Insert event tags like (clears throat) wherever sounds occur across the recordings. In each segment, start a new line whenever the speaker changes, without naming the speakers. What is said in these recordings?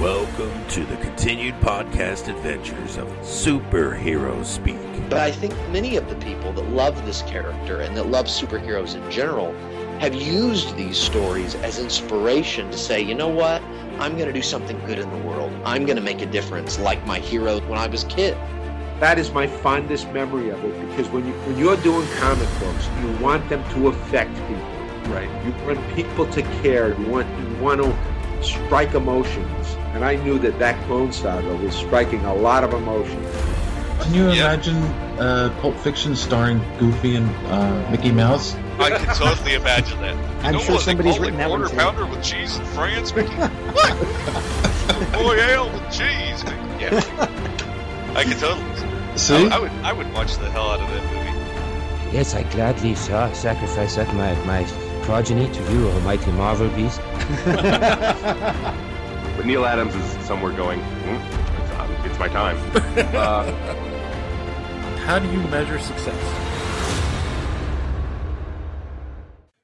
Welcome to the continued podcast adventures of Superhero Speak.
But I think many of the people that love this character and that love superheroes in general have used these stories as inspiration to say, you know what? I'm going to do something good in the world. I'm going to make a difference like my hero when I was a kid.
That is my fondest memory of it because when you when you're doing comic books, you want them to affect people, right? You want people to care. You want you want to strike emotions, and I knew that that clone saga was striking a lot of emotions.
Can you imagine uh, Pulp Fiction starring Goofy and uh, Mickey Mouse?
I can totally imagine that.
I'm
no
sure
what,
somebody's
they call
written
it
that one
quarter
too.
pounder with cheese in France. Mickey? what?
(laughs)
Royale with cheese. Mickey. Yeah. I can totally.
Oh,
See?
I, I would. I would watch the hell out of that movie.
Yes, I gladly sa- sacrifice up my, my progeny to you, almighty Marvel beast.
But Neil Adams is somewhere going, hmm, it's, uh, it's my time. Uh,
How do you measure success?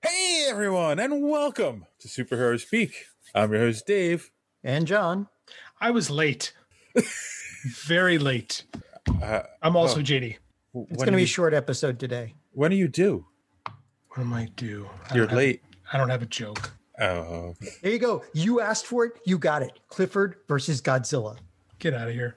Hey everyone, and welcome to Superhero Speak. I'm your host Dave.
And John.
I was late. Very late.
Uh,
I'm also JD.
It's going to be a short episode today.
When are you due?
What am I do? I
You're
don't have-
late.
I don't have a joke.
Oh,
There you go. You asked for it. You got it. Clifford versus Godzilla. (clears throat)
Get out of here.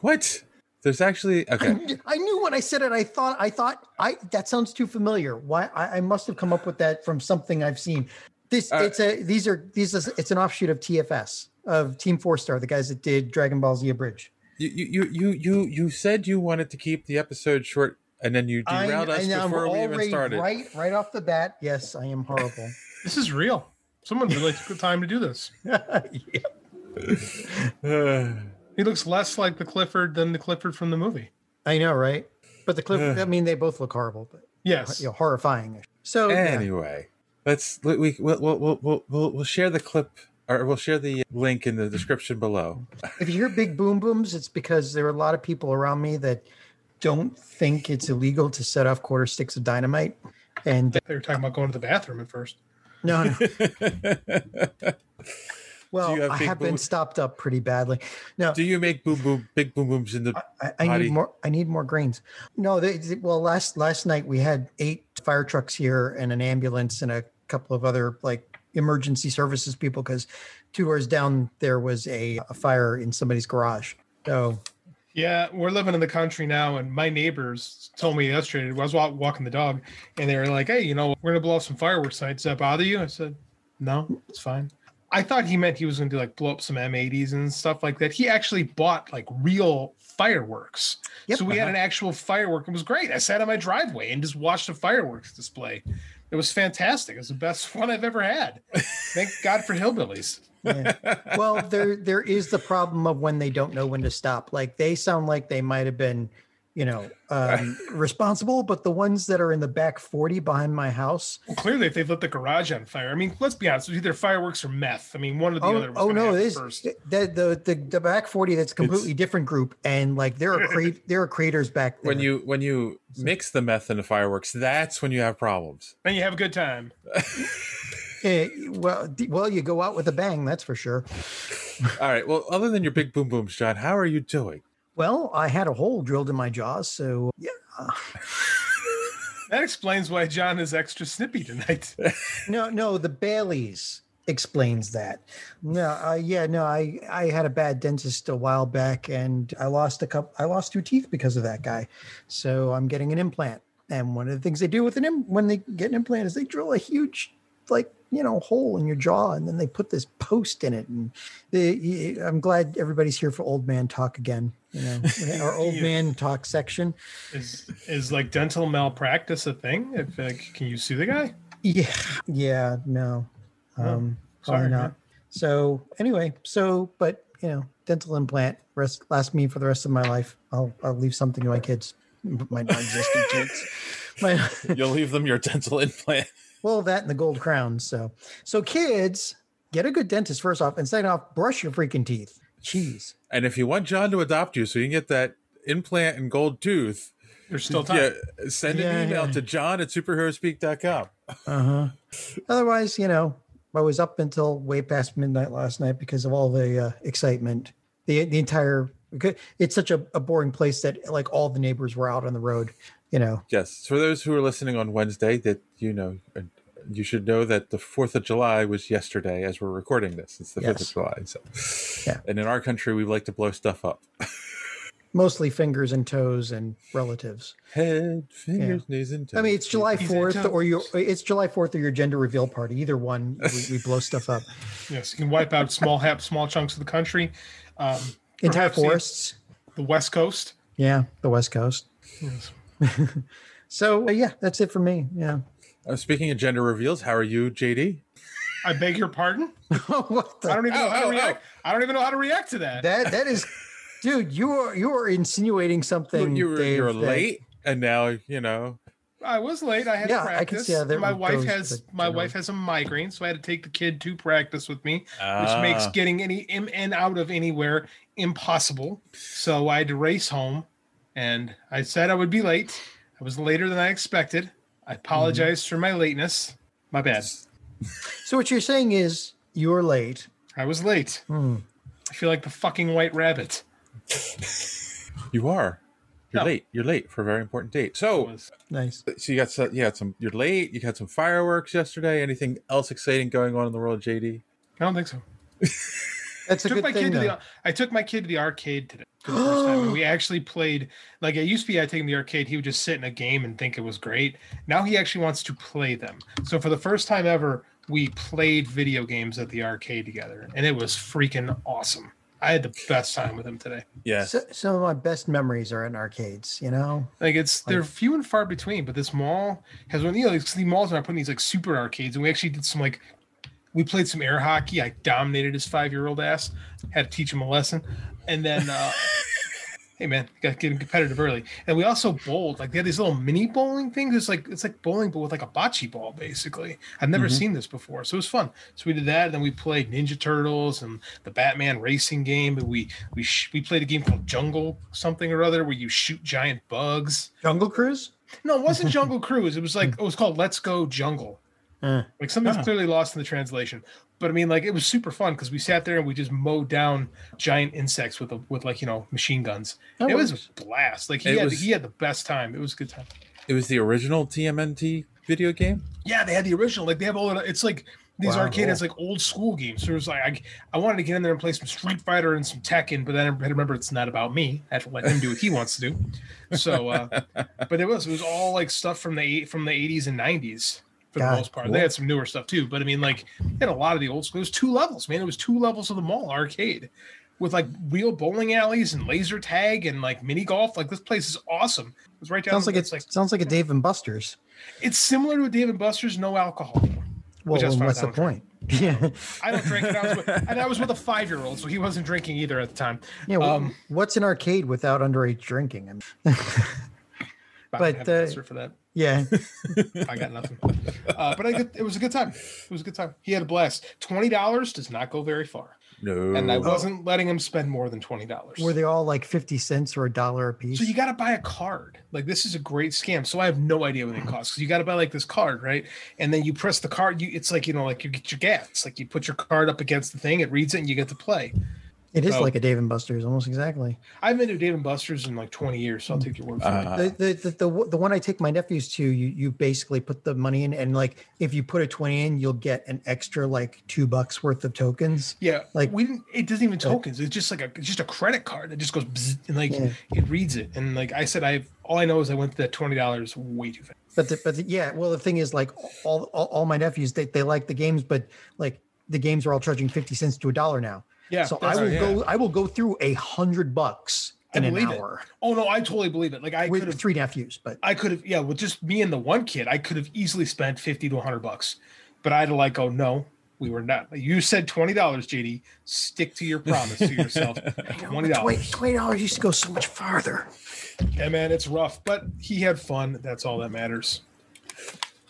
what? There's actually okay.
I knew when I said it. I thought. I thought. I that sounds too familiar. Why? I, I must have come up with that from something I've seen. This.
Uh,
it's a. These are. These is. It's an offshoot of TFS of Team Four Star, the guys that did Dragon Ball Z Abridged.
You you you you you you said you wanted to keep the episode short, and then you
I-
derailed us
I know, I'm
before we even
already
started.
Right. Right off the bat. Yes, I am
(laughs)
horrible.
This is real. Someone really took the time to do this. (laughs)
(sighs)
He looks less like the Clifford than the Clifford from the movie.
I know, right? But the Clifford. I mean, they both look horrible, but
Yes.
you know, horrifying. So. yeah.
anyway, let's we we- we'll we'll, we'll we'll we'll we'll share the clip or we'll share the link in the description below.
if you hear big boom booms, it's because there are a lot of people around me that don't think it's illegal to set off quarter sticks of dynamite.
(laughs)
And
They were talking about going to the bathroom at first.
no, no. Well,
Do you have
I
big
have
boom-
been stopped up pretty badly. No,
Do you make boom boom big boom booms in the
I, I
Howdy.
need more. I need more grains. No, they, they- well, last last night we had eight fire trucks here and an ambulance and a couple of other like emergency services people because two doors down there was a, a fire in somebody's garage. So
Yeah, we're living in the country now, and my neighbors told me yesterday. I was wa- walking the dog, and they were like, "Hey, you know, we're gonna blow up some fireworks tonight. Does that bother you?" I said, "No, it's fine." I thought he meant he was gonna do like blow up some M80s and stuff like that. He actually bought like real fireworks,
Yep.
so we had an actual firework. It was great. I sat on my driveway and just watched a fireworks display. It was fantastic. It was the best (laughs) one I've ever had. Thank God for hillbillies.
Yeah. well there there is the problem of when they don't know when to stop like they sound like they might have been you know
(laughs)
um, responsible but the ones that are in the back 40 behind my house
Well, clearly, if they've lit the garage on fire, I mean, let's be honest, it was either fireworks or meth. I mean, one or the
oh,
other. Was
oh
gonna
no
happen
this
first.
the, the the the back 40 that's completely different group and like there are
(laughs)
cra- there are craters back there
when you when you mix the meth and the fireworks? That's when you have problems.
And you have a good time.
Eh, well d- well you go out with a bang that's for sure
All right. Well, other than your big boom booms, John, how are you doing?
well i had a hole drilled in my jaws so yeah
That explains why John is extra snippy tonight.
No, no, the Baileys explains that. No, uh, yeah, no, I I had a bad dentist a while back, and I lost a couple. I lost two teeth because of that guy. So I'm getting an implant, and one of the things they do with an Im- when they get an implant is they drill a huge like you know hole in your jaw and then they put this post in it and they, i'm glad everybody's here for old man talk again you know our old man talk section
Is is like dental malpractice a thing? If uh, can you sue the guy?
Yeah, yeah, no, um, probably
sorry,
not.
man.
So anyway, so but you know, dental implant rest last me for the rest of my life. I'll I'll leave something to my kids, (laughs) my non-existent kids. My, (laughs)
You'll leave them your dental (laughs) implant.
well, that and the gold crown. So so kids, get a good dentist first off, and second off, brush your freaking teeth. Jeez.
And if you want John to adopt you, so you can get that implant and gold tooth,
There's still time.
yeah, send an
Yeah,
email
yeah.
to John at superheroespeak.com.
Otherwise, you know, I was up until way past midnight last night because of all the uh, excitement. The the entire it's such a, a boring place that like all the neighbors were out on the road. You know,
Yes. For those who are listening on Wednesday, that you know, uh, you should know that the Fourth of July was yesterday as we're recording this. It's the Fifth
Yes.
of July, so. And in our country, we like to blow stuff up.
mostly fingers and toes and relatives.
Head, fingers, knees, and toes.
I mean, it's July
Knees and
Fourth, or
toes.
your it's July Fourth or your gender reveal party. Either one, we, we blow stuff up.
Yes, you can wipe out small hap, small chunks of the country, um,
Entire
(laughs) perhaps the-
forests.
the West Coast.
Yeah, the West Coast.
Yes.
(laughs) so uh, yeah, that's it for me. Yeah. (laughs)
Uh, speaking of gender reveals, how are you, JD?
I beg your pardon. I don't even know how to react. I don't even know how to react to that.
That that is, dude. You are you are insinuating something.
you were
Dave,
you were
that-
late, and now you know.
I was late. I had
Yeah,
to
I can
practice.
see how that
my
would
wife
go
has
to
my
general.
wife has a migraine, so I had to take the kid to practice with me, which makes
Ah.
getting any in and out of anywhere impossible. So I had to race home, and I said I would be late. I was later than I expected.
Mm-hmm.
I apologize for my lateness. My bad.
So what you're saying is you were late.
I was late.
Hmm.
I feel like the fucking white rabbit.
You are. You're
No.
late. You're late for a very important date. So,
nice.
So you got some, you had some. You're late. You had some fireworks yesterday. Anything else exciting going on in the world, JD?
I don't think so.
That's
a
took
good
my
thing,
kid to
though.
the, I took my kid to the arcade today for the first time.
(gasps)
And we actually played like it used to be. I take him to the arcade. He would just sit in a game and think it was great. Now he actually wants to play them. So for the first time ever, we played video games at the arcade together, and it was freaking awesome. I had the best time with him today.
Yeah.
So, some of my best memories are in arcades. You know.
Like it's they're
Like-
few and far between, but this mall has one. You know, like, the malls are putting these like super arcades, and we actually did some like we played some air hockey. I dominated his five year old ass. Had to teach him a lesson, and then uh, hey man, got to get him competitive early. And we also bowled. Like they had these little mini bowling things. It's like it's like bowling, but with like a bocce ball basically. I've never
Mhm.
seen this before, so it was fun. So we did that, and then we played Ninja Turtles and the Batman racing game. And we we sh- we played a game called Jungle something or other where you shoot giant bugs.
Jungle Cruise?
No,
(laughs)
it wasn't Jungle Cruise. It was like it was called Let's Go Jungle.
Uh,
Like something's
Huh.
clearly lost in the translation. But I mean, like it was super fun because we sat there and we just mowed down giant insects with a, with like you know machine guns.
That
it was
works.
a blast. Like he
Oh, It
had
was-
he had the best time. It was a good time.
It was the original TMNT video game.
Yeah, they had the original. Like they have all of the- it's like these
Wow,
arcade has
cool.
like old school games. So it was like I, I wanted to get in there and play some Street Fighter and some Tekken, but then I had to remember it's not about me. I have to let him do what he wants to do.
(laughs)
So, uh, but it was it was all like stuff from the eight from the eighties and nineties for
God,
the most part.
cool.
They had some newer stuff too, but I mean like they had a lot of the old school. It was two levels, man. It was two levels of the mall arcade with like real bowling alleys and laser tag and like mini golf. Like this place is awesome. It was right down.
Sounds like
it's
it's sounds like a Dave and Buster's.
it's similar to a Dave and Buster's, no alcohol.
Well,
Which I was fine
what's the
with
point? (laughs) Yeah.
I don't drink, and
(laughs)
I was with, and I was with a five year old, so he wasn't drinking either at the time. Um,
Yeah, wh- what's an arcade without underage drinking? I mean,
I
but,
have an
uh,
answer for that. (laughs)
yeah,
I got nothing. Uh, but I get, it was a good time. It was a good time. He had a blast. Twenty dollars does not go very far,
No.
and I wasn't letting him spend more than twenty dollars.
were they all like fifty cents or a dollar a piece?
So you got to buy a card. Like this is a great scam. So I have no idea what it costs because you got to buy like this card, right? And then you press the card. You it's like you know like you get your gas. Like you put your card up against the thing, it reads it, and you get to play.
it is
Oh.
like a Dave and Buster's, almost exactly.
I haven't been to Dave and Buster's in like twenty years, so I'll take your word for it.
the, the, the, the w- the one I take my nephews to, you you basically put the money in, and like if you put a twenty in, you'll get an extra like two bucks worth of tokens.
Yeah,
like
like we didn't. It doesn't even tokens. It's just like a it's just a credit card that just goes bzz, and like
Yeah.
it reads it. And like I said, I have all I know is I went to that twenty dollars way too fast.
But the, but the, yeah, well, the thing is, like all all, all my nephews, they, they like the games, but like the games are all charging fifty cents to a dollar now.
Yeah,
So I
that's
will
right,
go. I will go through a hundred bucks
I
in an
believe it.
hour
Oh no, I totally believe it. Like I could
with
have
three nephews. But
I could have yeah, with just me and the one kid, I could have easily spent fifty to hundred bucks. But I had to like, oh no, we were not. You said twenty dollars, JD. Stick to your promise to yourself. Twenty dollars.
twenty dollars used to go so much farther.
Yeah, man, it's rough, but he had fun. That's all that matters.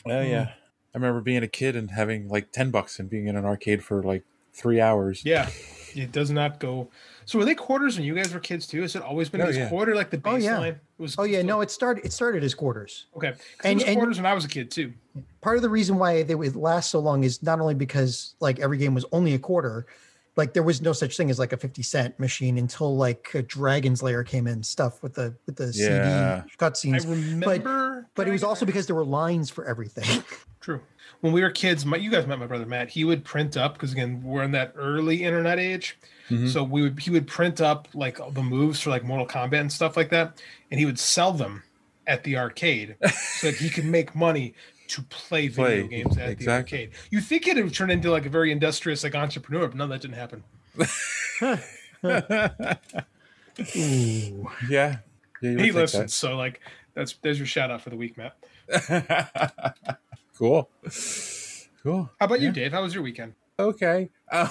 Oh yeah. I remember being a kid and having like ten bucks and being in an arcade for like three hours.
Yeah. it does not go. So were they quarters when you guys were kids too? Has it always been
Oh,
this
yeah.
quarter like the baseline?
Oh, yeah.
It was
Oh yeah, no, it started. It started as quarters.
okay. 'Cause
And-
it was
and-
quarters when I was a kid too.
Part of the reason why they would last so long is not only because like every game was only a quarter, like there was no such thing as like a fifty cent machine until like uh, Dragon's Lair came in stuff with the with the
Yeah.
CD cutscenes.
I remember,
but, but it was also because there were lines for everything.
(laughs) True. When we were kids, my, you guys met my brother Matt. He would print up because again we're in that early internet age,
Mhm.
so we would he would print up like the moves for like Mortal Kombat and stuff like that, and he would sell them at
(laughs)
the arcade so that he could make money to play video
Play,
games at the
exactly.
arcade. You think it would turn into like a very industrious like entrepreneur, but no, that didn't happen.
(laughs)
Ooh.
Yeah. yeah you would
he
think
listens,
that.
so like that's there's your shout out for the week, Matt.
(laughs) Cool. Cool.
How about you, Dave? How was your weekend?
Okay. Uh,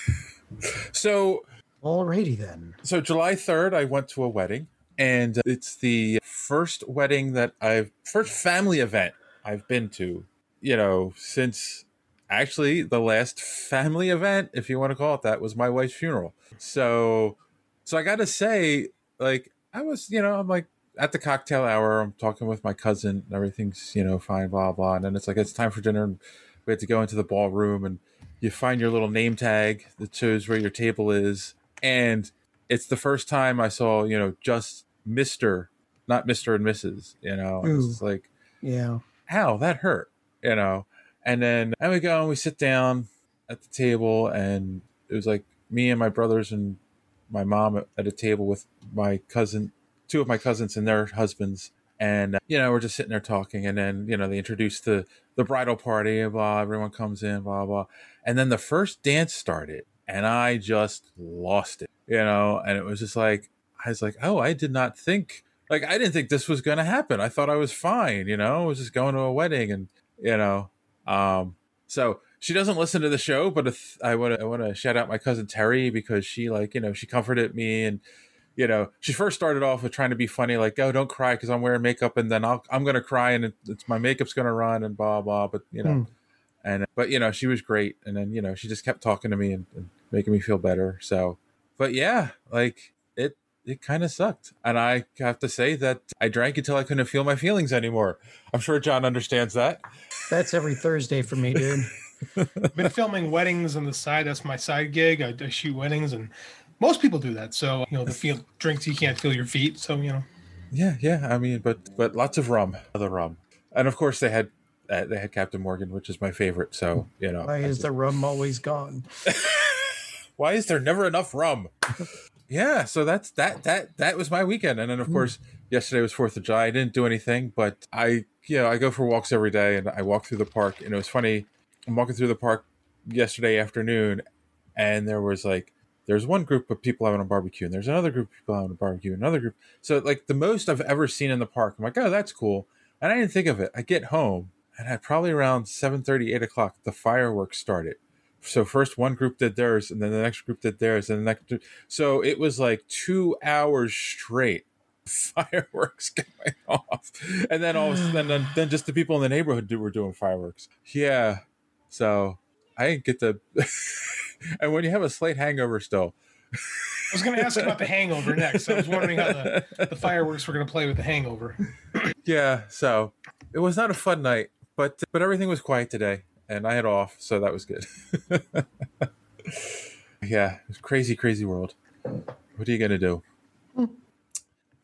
(laughs) so
Alrighty then.
So July 3rd, I went to a wedding, and it's the first wedding that I've first family event I've been to, you know, since actually the last family event, if you want to call it that, was my wife's funeral. So so I got to say like I was, you know, I'm like at the cocktail hour, I'm talking with my cousin and everything's, you know, fine blah blah, and then it's like it's time for dinner and we had to go into the ballroom and you find your little name tag that shows where your table is and it's the first time I saw, you know, just Mr., not Mr. and Mrs., you know, and it's
Ooh.
just like,
Yeah.
ow, that hurt, you know. And then and we go and we sit down at the table, and it was like me and my brothers and my mom at- at a table with my cousin, two of my cousins and their husbands. And uh, you know, we're just sitting there talking, and then you know, they introduced the the bridal party, and blah. Everyone comes in, blah blah. And then the first dance started, and I just lost it, you know. And it was just like I was like, oh, I did not think like I didn't think this was going to happen. I thought I was fine, you know. I was just going to a wedding, and you know, um, so she doesn't listen to the show, but if, I want to I want to shout out my cousin Terry because she like you know she comforted me and you know she first started off with trying to be funny like oh don't cry because I'm wearing makeup and then I'll, I'm gonna cry and it, it's my makeup's gonna run and blah blah but you know
Hmm.
and but you know she was great and then you know she just kept talking to me and, and making me feel better so but yeah like it it kind of sucked and I have to say that I drank until I couldn't feel my feelings anymore I'm sure John understands that
That's every Thursday for me, dude.
I've been filming weddings on the side. That's my side gig. I, I shoot weddings, and most people do that. So you know, the feel drinks you can't feel your feet. So you know,
Yeah, yeah. I mean, but but lots of rum, other rum, and of course they had uh, they had Captain Morgan, which is my favorite. So you know,
Why is the rum always gone?
why is there never enough rum? yeah, so that's that that that was my weekend, and then of course yesterday was Fourth of July. I didn't do anything, but I you know I go for walks every day, and I walk through the park, and it was funny. I'm walking through the park yesterday afternoon, and there was like there's one group of people having a barbecue, and there's another group of people having a barbecue, another group. So like the most I've ever seen in the park, I'm like, oh, that's cool, and I didn't think of it. I get home, and at probably around 7:30, 8 o'clock, the fireworks started so first one group did theirs and then the next group did theirs and the next so it was like two hours straight (laughs) fireworks going off and then all of a sudden then, then just the people in the neighborhood do, were doing fireworks yeah so i didn't get to (laughs) and when you have a slight hangover still
I was going to ask about the Hangover next. I was wondering how the, the fireworks were going to play with the Hangover.
yeah so it was not a fun night but but everything was quiet today and i had off so that was good (laughs) yeah it was crazy crazy world what are you gonna do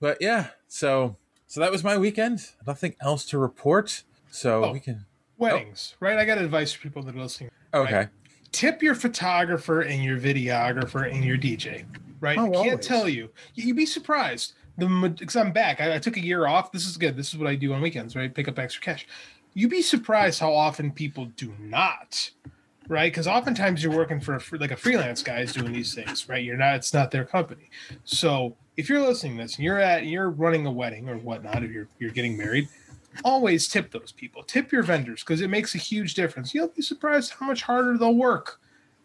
but yeah so so that was my weekend nothing else to report so
Oh.
we can
Weddings, right? I got advice for people that are listening.
okay
Tip your photographer and your videographer and your DJ, right?
Oh,
I can't
always.
tell you. You- You'd be surprised. The because I'm back. I, I took a year off. This is good. This is what I do on weekends, right? Pick up extra cash. You'd be surprised how often people do not right? Because oftentimes you're working for, a fr like a freelance guy is doing these things, right? You're not; it's not their company. So if you're listening to this and you're at you're running a wedding or whatnot, if you're you're getting married, always tip those people. Tip your vendors because it makes a huge difference. You'll be surprised how much harder they'll work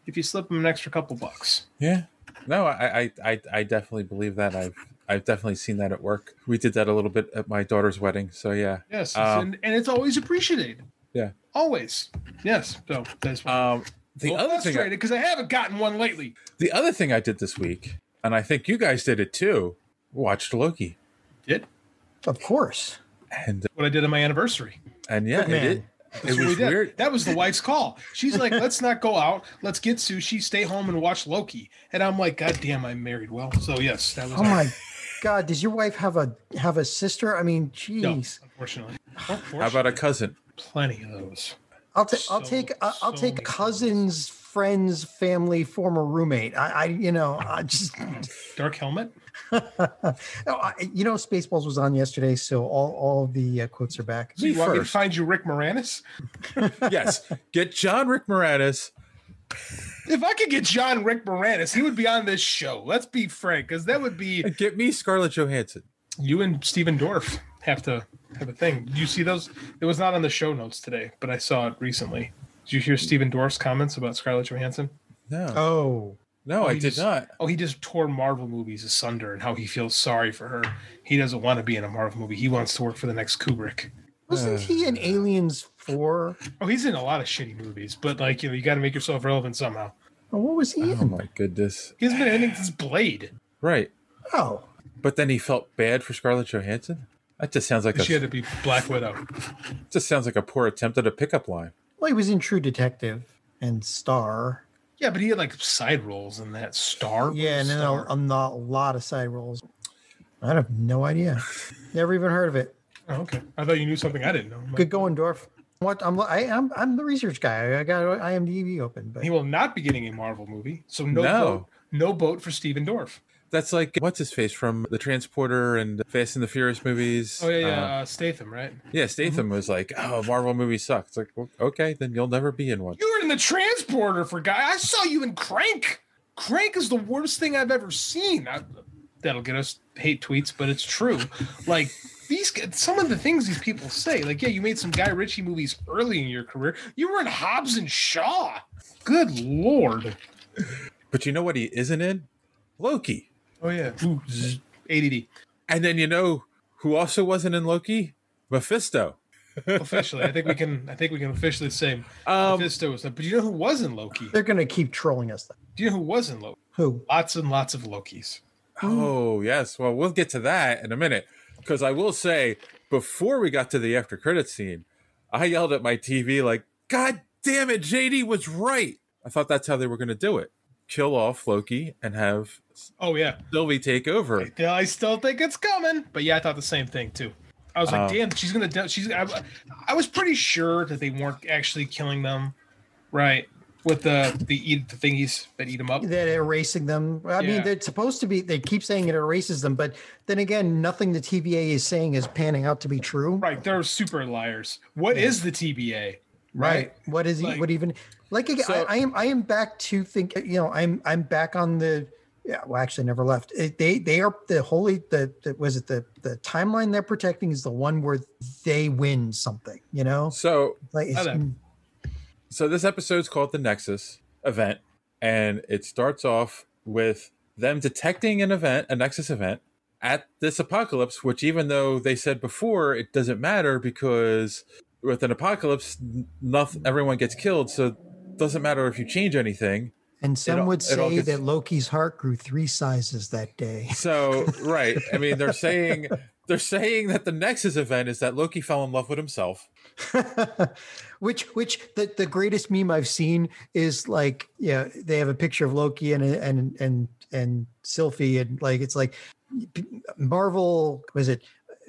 if you slip them an extra couple bucks.
Yeah. No, I, I, I, I definitely believe that. I've I've definitely seen that at work. We did that a little bit at my daughter's wedding. So yeah.
Yes,
Um,
and, and it's always appreciated.
yeah.
always. Yes. So that's
Um The
well,
other thing I-
frustrated because I haven't gotten one lately.
The other thing I did this week, and I think you guys did it too, watched Loki.
Did?
Of course.
And
What I did on my anniversary.
and yeah,
Good man.
it, it,
That's
it
what
was
we did.
weird.
That was the wife's call. She's
(laughs)
like, "Let's not go out. Let's get sushi, stay home, and watch Loki." And I'm like, "God damn, I'm married." Well, so yes, that was.
Oh my God! Does your wife have a have a sister? I mean,
No,
jeez.
unfortunately,
How about a
(laughs)
cousin?
plenty of those.
I'll, ta- I'll
So-
take I'll, I'll
so
take
many
cousins, friends, family, former roommate. I, I you know I just
Dark helmet.
No, I, you know Spaceballs was on yesterday, so all all of the uh, quotes are back.
So you want me to
first.
find you Rick Moranis?
yes, get John Rick Moranis.
If I could get John Rick Moranis, he would be on this show. Let's be frank, because that would be
and Get me Scarlett Johansson.
you and Steven Dorff have to have a thing. Did you see those? It was not on the show notes today, but I saw it recently. Did you hear Steven Dorff's comments about Scarlett Johansson?
No,
Oh,
no, I
he
did
just-
not.
Oh, he just tore Marvel movies asunder and how he feels sorry for her. He doesn't want to be in a Marvel movie. He wants to work for the next Kubrick.
wasn't he in Aliens Four?
Oh, he's in a lot of shitty movies, but like you know, you got to make yourself relevant somehow.
Or what was he
Oh
in?
my goodness!
He hasn't been in anything since Blade.
Right,
Oh,
but then he felt bad for Scarlett Johansson. That just sounds like a
She had to be Black Widow.
just sounds like a poor attempt at a pickup line.
well, he was in True Detective and Star.
Yeah, but he had like side roles in that Star.
Yeah, and then
Star.
a, a not- lot of side roles. I have no idea. Never even heard of it.
Oh, okay. I thought you knew something I didn't know.
Good going, Dorf. What I'm I, I'm I'm the research guy. I got IMDb open, but
He will not be getting a Marvel movie, so no,
No.
Boat, no boat for Steven Dorff.
That's like what's his face from the Transporter and Fast and the Furious movies.
Oh yeah, yeah, Mm-hmm.
Uh,
uh, Statham, right?
Yeah, Statham was like, "Oh, Marvel movies suck." It's like, well, okay, then you'll never be in one.
You were in the transporter for guy. I saw you in Crank. Crank is the worst thing I've ever seen. I, that'll get us hate tweets, but it's true. Like these, g- some of the things these people say. Like, yeah, you made some Guy Ritchie movies early in your career. You were in Hobbs and Shaw. Good lord.
But you know what? He isn't in Loki.
Oh yeah. Ooh, zzz, ADD.
And then you know who also wasn't in Loki? Mephisto.
Officially, I think we can. I think we can officially say
Um,
Mephisto was. But you know who was in Loki?
they're gonna keep trolling us. Though.
Do you know who was in Loki?
Who?
Lots and lots of Lokis.
oh yes. Well, we'll get to that in a minute. Because I will say, before we got to the after credit scene, I yelled at my TV like, "God damn it, JD was right." I thought that's how they were going to do it: kill off Loki and have
Oh yeah.
Sylvie take over.
Yeah, I still think it's coming. But yeah, I thought the same thing too. I was like, damn, she's gonna. do- She's. I, I was pretty sure that they weren't actually killing them, right? With the the eat the thingies that eat them up.
That erasing them. I
Yeah.
mean, they're supposed to be. They keep saying it erases them, but then again, nothing the TVA is saying is panning out to be true.
Right, they're super liars. What is the TBA?
Right. What is
Like-
he? What even? Like again,
So-
I, I am. I am back to think. You know, I'm. I'm back on the. Yeah. Well, actually, I never left. It, they. They are the holy. The, the. Was it the the timeline they're protecting is the one where they win something. You know,
So
like it's,
Okay.
So this episode's called the Nexus event, and it starts off with them detecting an event, a Nexus event, at this apocalypse. Which, even though they said before, it doesn't matter because with an apocalypse, nothing, everyone gets killed. So it doesn't matter if you change anything.
and some
all-
would
it all
say
gets-
that Loki's heart grew three sizes that day. (laughs)
So right, I mean, they're saying they're saying that the Nexus event is that Loki fell in love with himself.
which which the, the greatest meme I've seen is like yeah they have a picture of Loki and and and and Sylphie and like it's like Marvel was it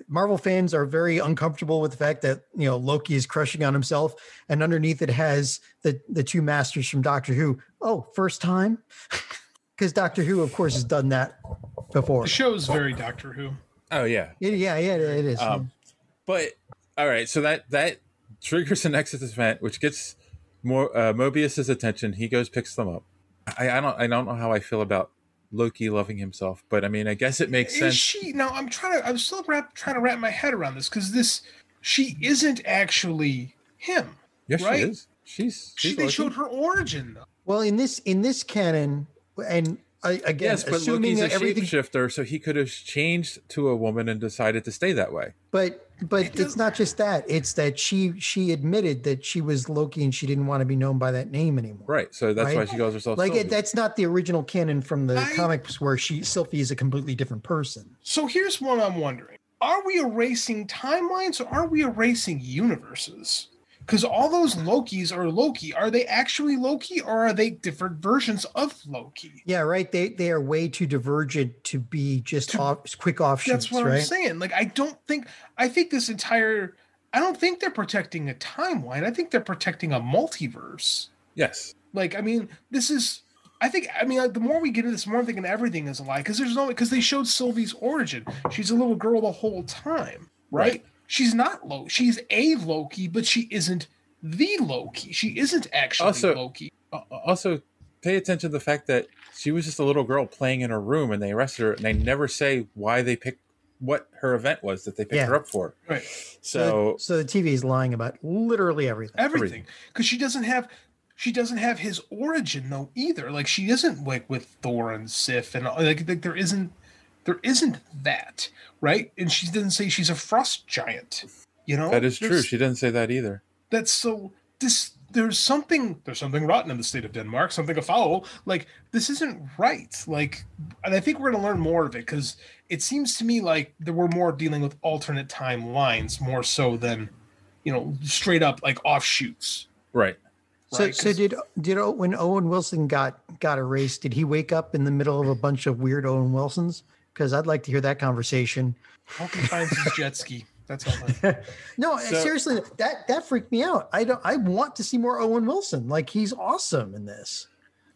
Marvel fans are very uncomfortable with the fact that you know Loki is crushing on himself and underneath it has the the two masters from Doctor Who oh first time (laughs) because Doctor Who of course has done that before
The show's very Doctor Who.
Oh yeah,
yeah yeah yeah, it is
Um, but all right, so that that triggers an Exodus event, which gets more uh, Mobius's attention. He goes picks them up. I, I don't I don't know how I feel about Loki loving himself, but I mean I guess it makes
Is
sense.
she? No, I'm trying to. I'm still wrap, trying to wrap my head around this because this she isn't actually him.
yes,
right?
she is. She's, she's
She, they
Loki.
showed her origin though.
Well, in this in this canon, and I, again,
yes, but
assuming
Loki's a
that everything,
shapeshifter, so he could have changed to a woman and decided to stay that way.
but but it's not just that. It's that she she admitted that she was Loki and she didn't want to be known by that name anymore.
Right. So that's why
Right.
she calls herself
Like
Sylvie.
it, that's not the original canon from the comics where she Sylvie is a completely different person.
So here's one I'm wondering. Are we erasing timelines or are we erasing universes? Because all those Lokis are Loki. Are they actually Loki or are they different versions of Loki?
Yeah, right. They they are way too divergent to be just off, quick offshoots.
That's what
right?
I'm saying. Like, I don't think, I think this entire, I don't think they're protecting a timeline. I think they're protecting a multiverse.
Yes.
Like, I mean, this is. I think. I mean, like, the more we get into this, the more I'm thinking everything is a lie because there's no because they showed Sylvie's origin. She's a little girl the whole time, right?
Right.
She's not Loki. She's a Loki, but she isn't the Loki. She isn't actually
Also-
Loki.
Al- Uh, Also, pay attention to the fact that she was just a little girl playing in her room, and they arrested her, and they never say why they picked what her event was that they picked
Yeah.
her up for.
Right.
So
so the TV is lying about literally everything.
Everything because she doesn't have. She doesn't have his origin though either. Like she isn't like with Thor and Sif and all- like, like there isn't there isn't that right. And she didn't say she's a frost giant. You know
that is true.
There's-
She didn't say that either.
that's so this there's something there's something rotten in the state of denmark something afoul like this isn't right like and i think we're going to learn more of it because it seems to me like that we're more dealing with alternate timelines more so than you know straight up like offshoots
Right.
So,
right?
so
'Cause-
did did O- when Owen Wilson got got erased? Did he wake up in the middle of a bunch of weird Owen Wilsons? Because I'd like to hear that conversation.
Falcon finds his jet ski that's all I-
No, uh,
So-
seriously, that that freaked me out. I don't. I want to see more Owen Wilson. Like he's awesome in this.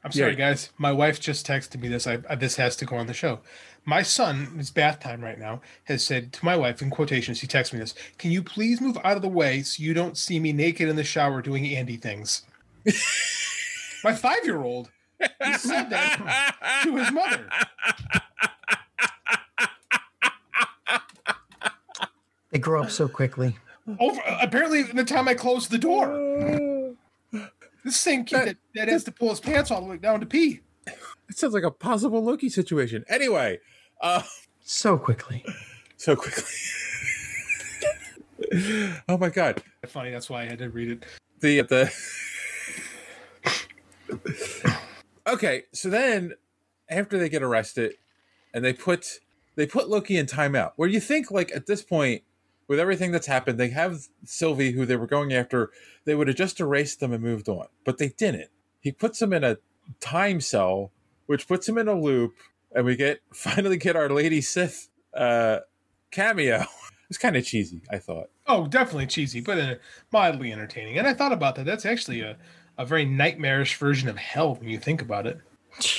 I'm
Yeah.
sorry, guys. My wife just texted me this. I, I this has to go on the show. My son, it's bath time right now, has said to my wife in quotations. He texted me this. Can you please move out of the way so you don't see me naked in the shower doing Andy things? my five year old. He said that to his mother.
They grow up so quickly.
Over apparently in the time I closed the door. This same kid that, that has to pull his pants all the way down to pee.
It sounds like a possible Loki situation. Anyway, uh,
So quickly.
so quickly. (laughs) oh my god.
Funny, that's why I had to read it.
the the okay so then after they get arrested and they put they put loki in timeout where you think like at this point with everything that's happened they have sylvie who they were going after they would have just erased them and moved on but they didn't he puts them in a time cell which puts him in a loop and we get (laughs) finally get our lady sith uh cameo (laughs) it's kind of cheesy i thought
Oh, definitely cheesy, but uh, mildly entertaining. And I thought about that. That's actually a, a very nightmarish version of hell when you think about it.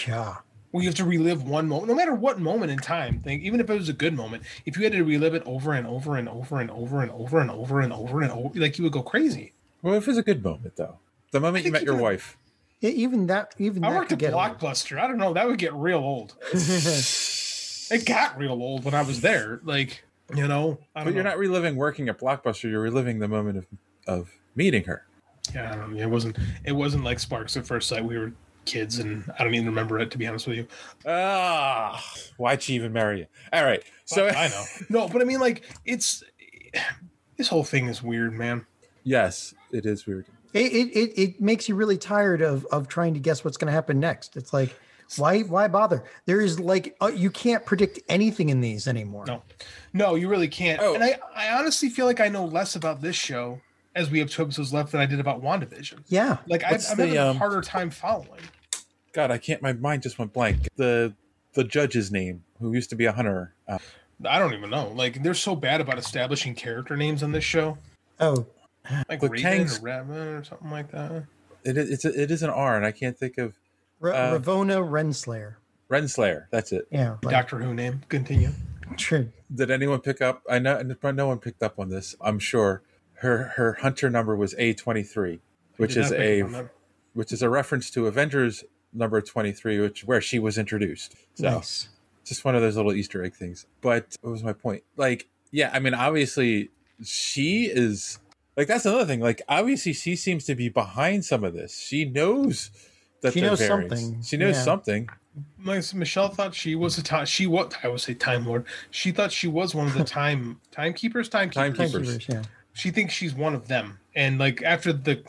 Yeah.
Well, you have to relive one moment, no matter what moment in time. Think, even if it was a good moment, if you had to relive it over and over and over and over and over and over and over and over, like you would go crazy.
Well, if it's a good moment though, the moment you met
think you
your
gotta-
wife.
E- Even that. Even
I
that
worked
could
at
get old.
Blockbuster. I don't know. That would get real
(laughs)
old. it got real old when I was there. Like you know, I
But
don't
you're
know.
not reliving working at Blockbuster. You're reliving the moment of of meeting her.
Yeah, I don't know. It wasn't. It wasn't like Sparks at first sight. We were kids, and I don't even remember it to be honest with you.
Ah, why'd she even marry you? All right, so
So I know. (laughs) No, but I mean, like, it's this whole thing is weird, man.
(laughs) yes, it is weird.
It, it it it makes you really tired of of trying to guess what's going to happen next. It's like. Why? Why bother? There is like uh, you can't predict anything in these anymore.
No. No, you really can't.
Oh.
And I, I honestly feel like I know less about this show as we have two episodes left than I did about WandaVision.
Yeah.
Like, I, I'm
What's
having
the,
a
um,
harder time following.
God, I can't. My mind just went blank. The the judge's name, who used to be a hunter. Uh,
I don't even know. Like, they're so bad about establishing character names on this show.
Oh,
Like
But
Raven
Kang's-
or Raven or something like that.
it is it's a, it is an R, and I can't think of
Ra-
Uh,
Ravona Renslayer.
Renslayer. That's it.
Yeah. like-
Doctor Who name. Continue.
Sure.
Did anyone pick up? I know no one picked up on this. I'm sure her her hunter number was A twenty three, which
Did
is
not
a
pick up on that.
which is a reference to Avengers number 23, which where she was introduced. So
Nice.
just one of those little Easter egg things. But what was my point? Like, yeah, I mean, obviously she is like that's another thing. Like, obviously she seems to be behind some of this. She knows that
She
there
knows
varies.
something,
She knows
yeah.
something.
My, Michelle thought she was a time. She what I would say time lord. She thought she was one of the time timekeepers. Timekeepers.
Timekeepers, yeah.
She thinks she's one of them. And like after the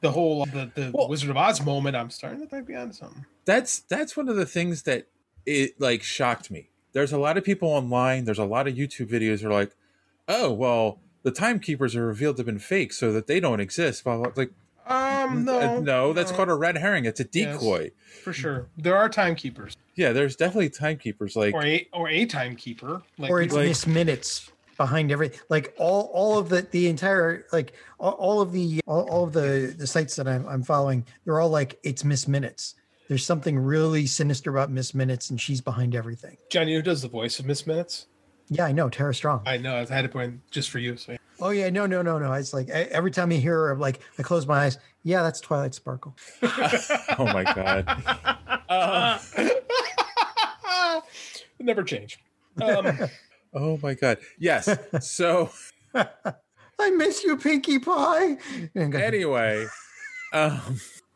the whole the, the Wizard of Oz moment, I'm starting to think beyond something.
That's that's one of the things that it like shocked me. There's a lot of people online. There's a lot of YouTube videos that are like, oh well, the timekeepers are revealed to have been fake, so that they don't exist. Blah blah. Like,
Um,
uh,
no,
no, that's called a red herring. It's a
Yes.
decoy.
for sure. There are timekeepers,
Yeah, there's definitely timekeepers. Like,
or a or a timekeeper. Like
or it's
like-
missed minutes behind every like all all of the the entire like all, all of the all, all of the the sites that I'm, I'm following they're all like it's miss minutes there's something really sinister about miss minutes and she's behind everything
Johnny, who does the voice of Miss Minutes?
yeah i know tara strong
I know. I had a point just for you. So.
oh yeah no no no no it's like e- every time you hear her I'm like i close my eyes yeah that's twilight sparkle
(laughs) oh my god.
(laughs) Never change. Um,
oh my god. Yes. So
i miss you pinkie pie
anyway, um,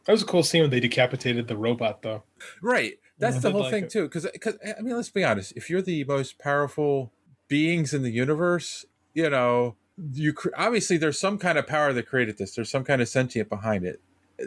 that was a cool scene when they decapitated the robot, though.
right. That's
Yeah.
the
Did
whole
like
thing
it.
too. Because I mean, let's be honest. If you're the most powerful beings in the universe, you know you cr- obviously there's some kind of power that created this. There's some kind of sentient behind it. Uh,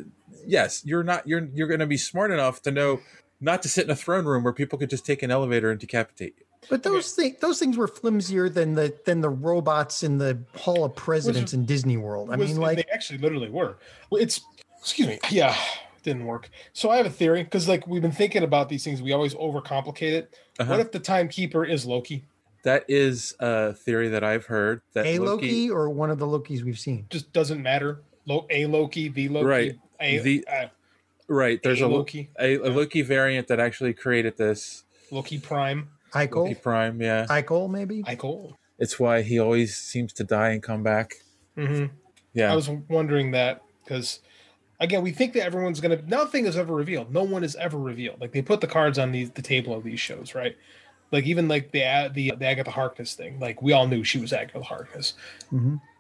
Yes, you're not. You're you're going to be smart enough to know not to sit in a throne room where people could just take an elevator and decapitate you.
but those thi- those things were flimsier than the than the robots in the hall of presidents in disney world i
Was-
mean
and
like
they actually literally were. Well, It's excuse me. Yeah, didn't work. So I have a theory because like we've been thinking about these things, we always overcomplicate it.
Uh-huh.
What if the timekeeper is Loki?
That is a theory that I've heard. That
a Loki, or one of the Lokis we've seen.
Just doesn't matter. Lo- a Loki, the Loki,
Right.
A,
The-
uh,
Right. There's a,
A
Lo-
Loki.
A, a Loki variant that actually created this.
Loki Prime.
Loki Prime, yeah.
Eichel, maybe.
Eichel.
It's why he always seems to die and come back.
hmm
Yeah.
I was wondering that because again, we think that everyone's gonna nothing is ever revealed. No one is ever revealed. Like they put the cards on these the table of these shows, right? Like even like the A- the the Agatha Harkness thing. Like we all knew she was Agatha Harkness.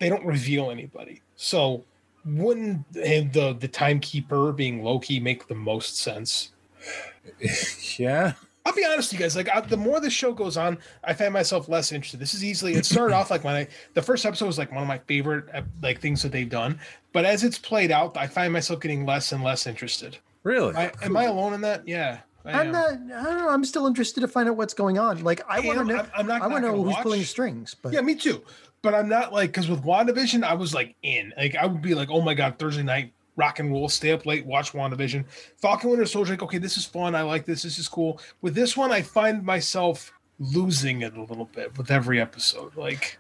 They don't reveal anybody. So wouldn't and the the timekeeper being Loki make the most sense?
yeah.
I'll be honest with you guys. Like I, the more the show goes on, I find myself less interested. This is easily. It started off like when I the first episode was like one of my favorite uh, like things that they've done. But as it's played out, I find myself getting less and less interested.
Really?
I, am I alone in that? Yeah. I
I'm
am.
not. I don't know. I'm still interested to find out what's going on. Like I
I
want to
am,
know.
I'm- I'm not-
I want to
not
know
gonna
who's
watch.
pulling strings. But
Yeah, me too. But I'm not like because with WandaVision, I was like in. Like I would be like, oh my god, Thursday night rock and roll, stay up late, watch WandaVision. Falcon Winter Soldier, like okay, this is fun. I like this. This is cool. With this one, I find myself losing it a little bit with every episode. Like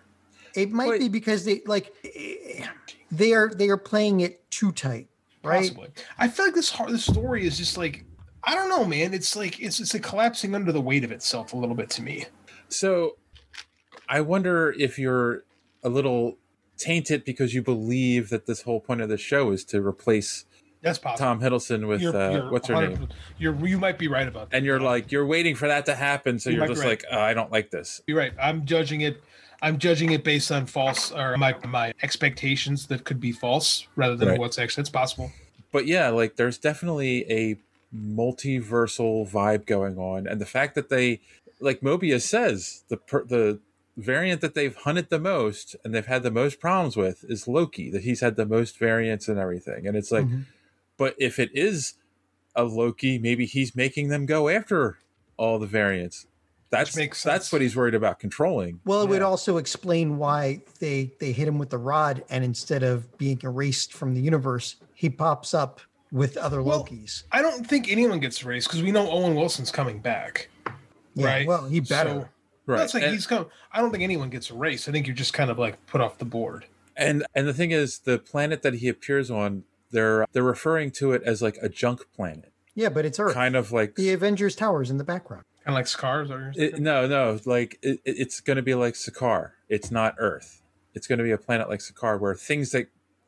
it might be because they like eh, they are they are playing it too tight, right?
possibly, I feel like this heart, this story is just like I don't know, man. It's like it's it's like collapsing under the weight of itself a little bit to me.
So I wonder if you're a little tainted because you believe that this whole point of the show is to replace
That's possible.
Tom Hiddleston with
You're-
uh,
you're
what's her name?
100% You're you might be right about that.
And you're like you're waiting for that to happen, so
You
you're
might be
just like
right.
oh, I don't like this.
You're right. I'm judging it. I'm judging it based on false or my my expectations that could be false rather than
Right.
what's actually. It's possible.
but yeah, like there's definitely a multiversal vibe going on, and the fact that they, like Mobius says, the per, the variant that they've hunted the most and they've had the most problems with is Loki. That he's had the most variants and everything, and it's like,
Mm-hmm.
but if it is a Loki, maybe he's making them go after all the variants. That's
makes
that's
sense.
what he's worried about controlling.
Well, it would also explain why they they hit him with the rod, and instead of being erased from the universe, he pops up with other
Well,
Lokis.
I don't think anyone gets raised because we know Owen Wilson's coming back.
Yeah,
right.
Well, he better.
So,
Right.
That's like
And-
he's come. I don't think anyone gets erased. I think you're just kind of like put off the board.
And and the thing is, the planet that he appears on, they're they're referring to it as like a junk planet,
yeah, but it's Earth.
kind of like
the Avengers Towers in the background.
Kind of like scars or
it, no, no, like it, it- it's going to be like Sakar. It's not Earth. It's going to be a planet like Sakar where things that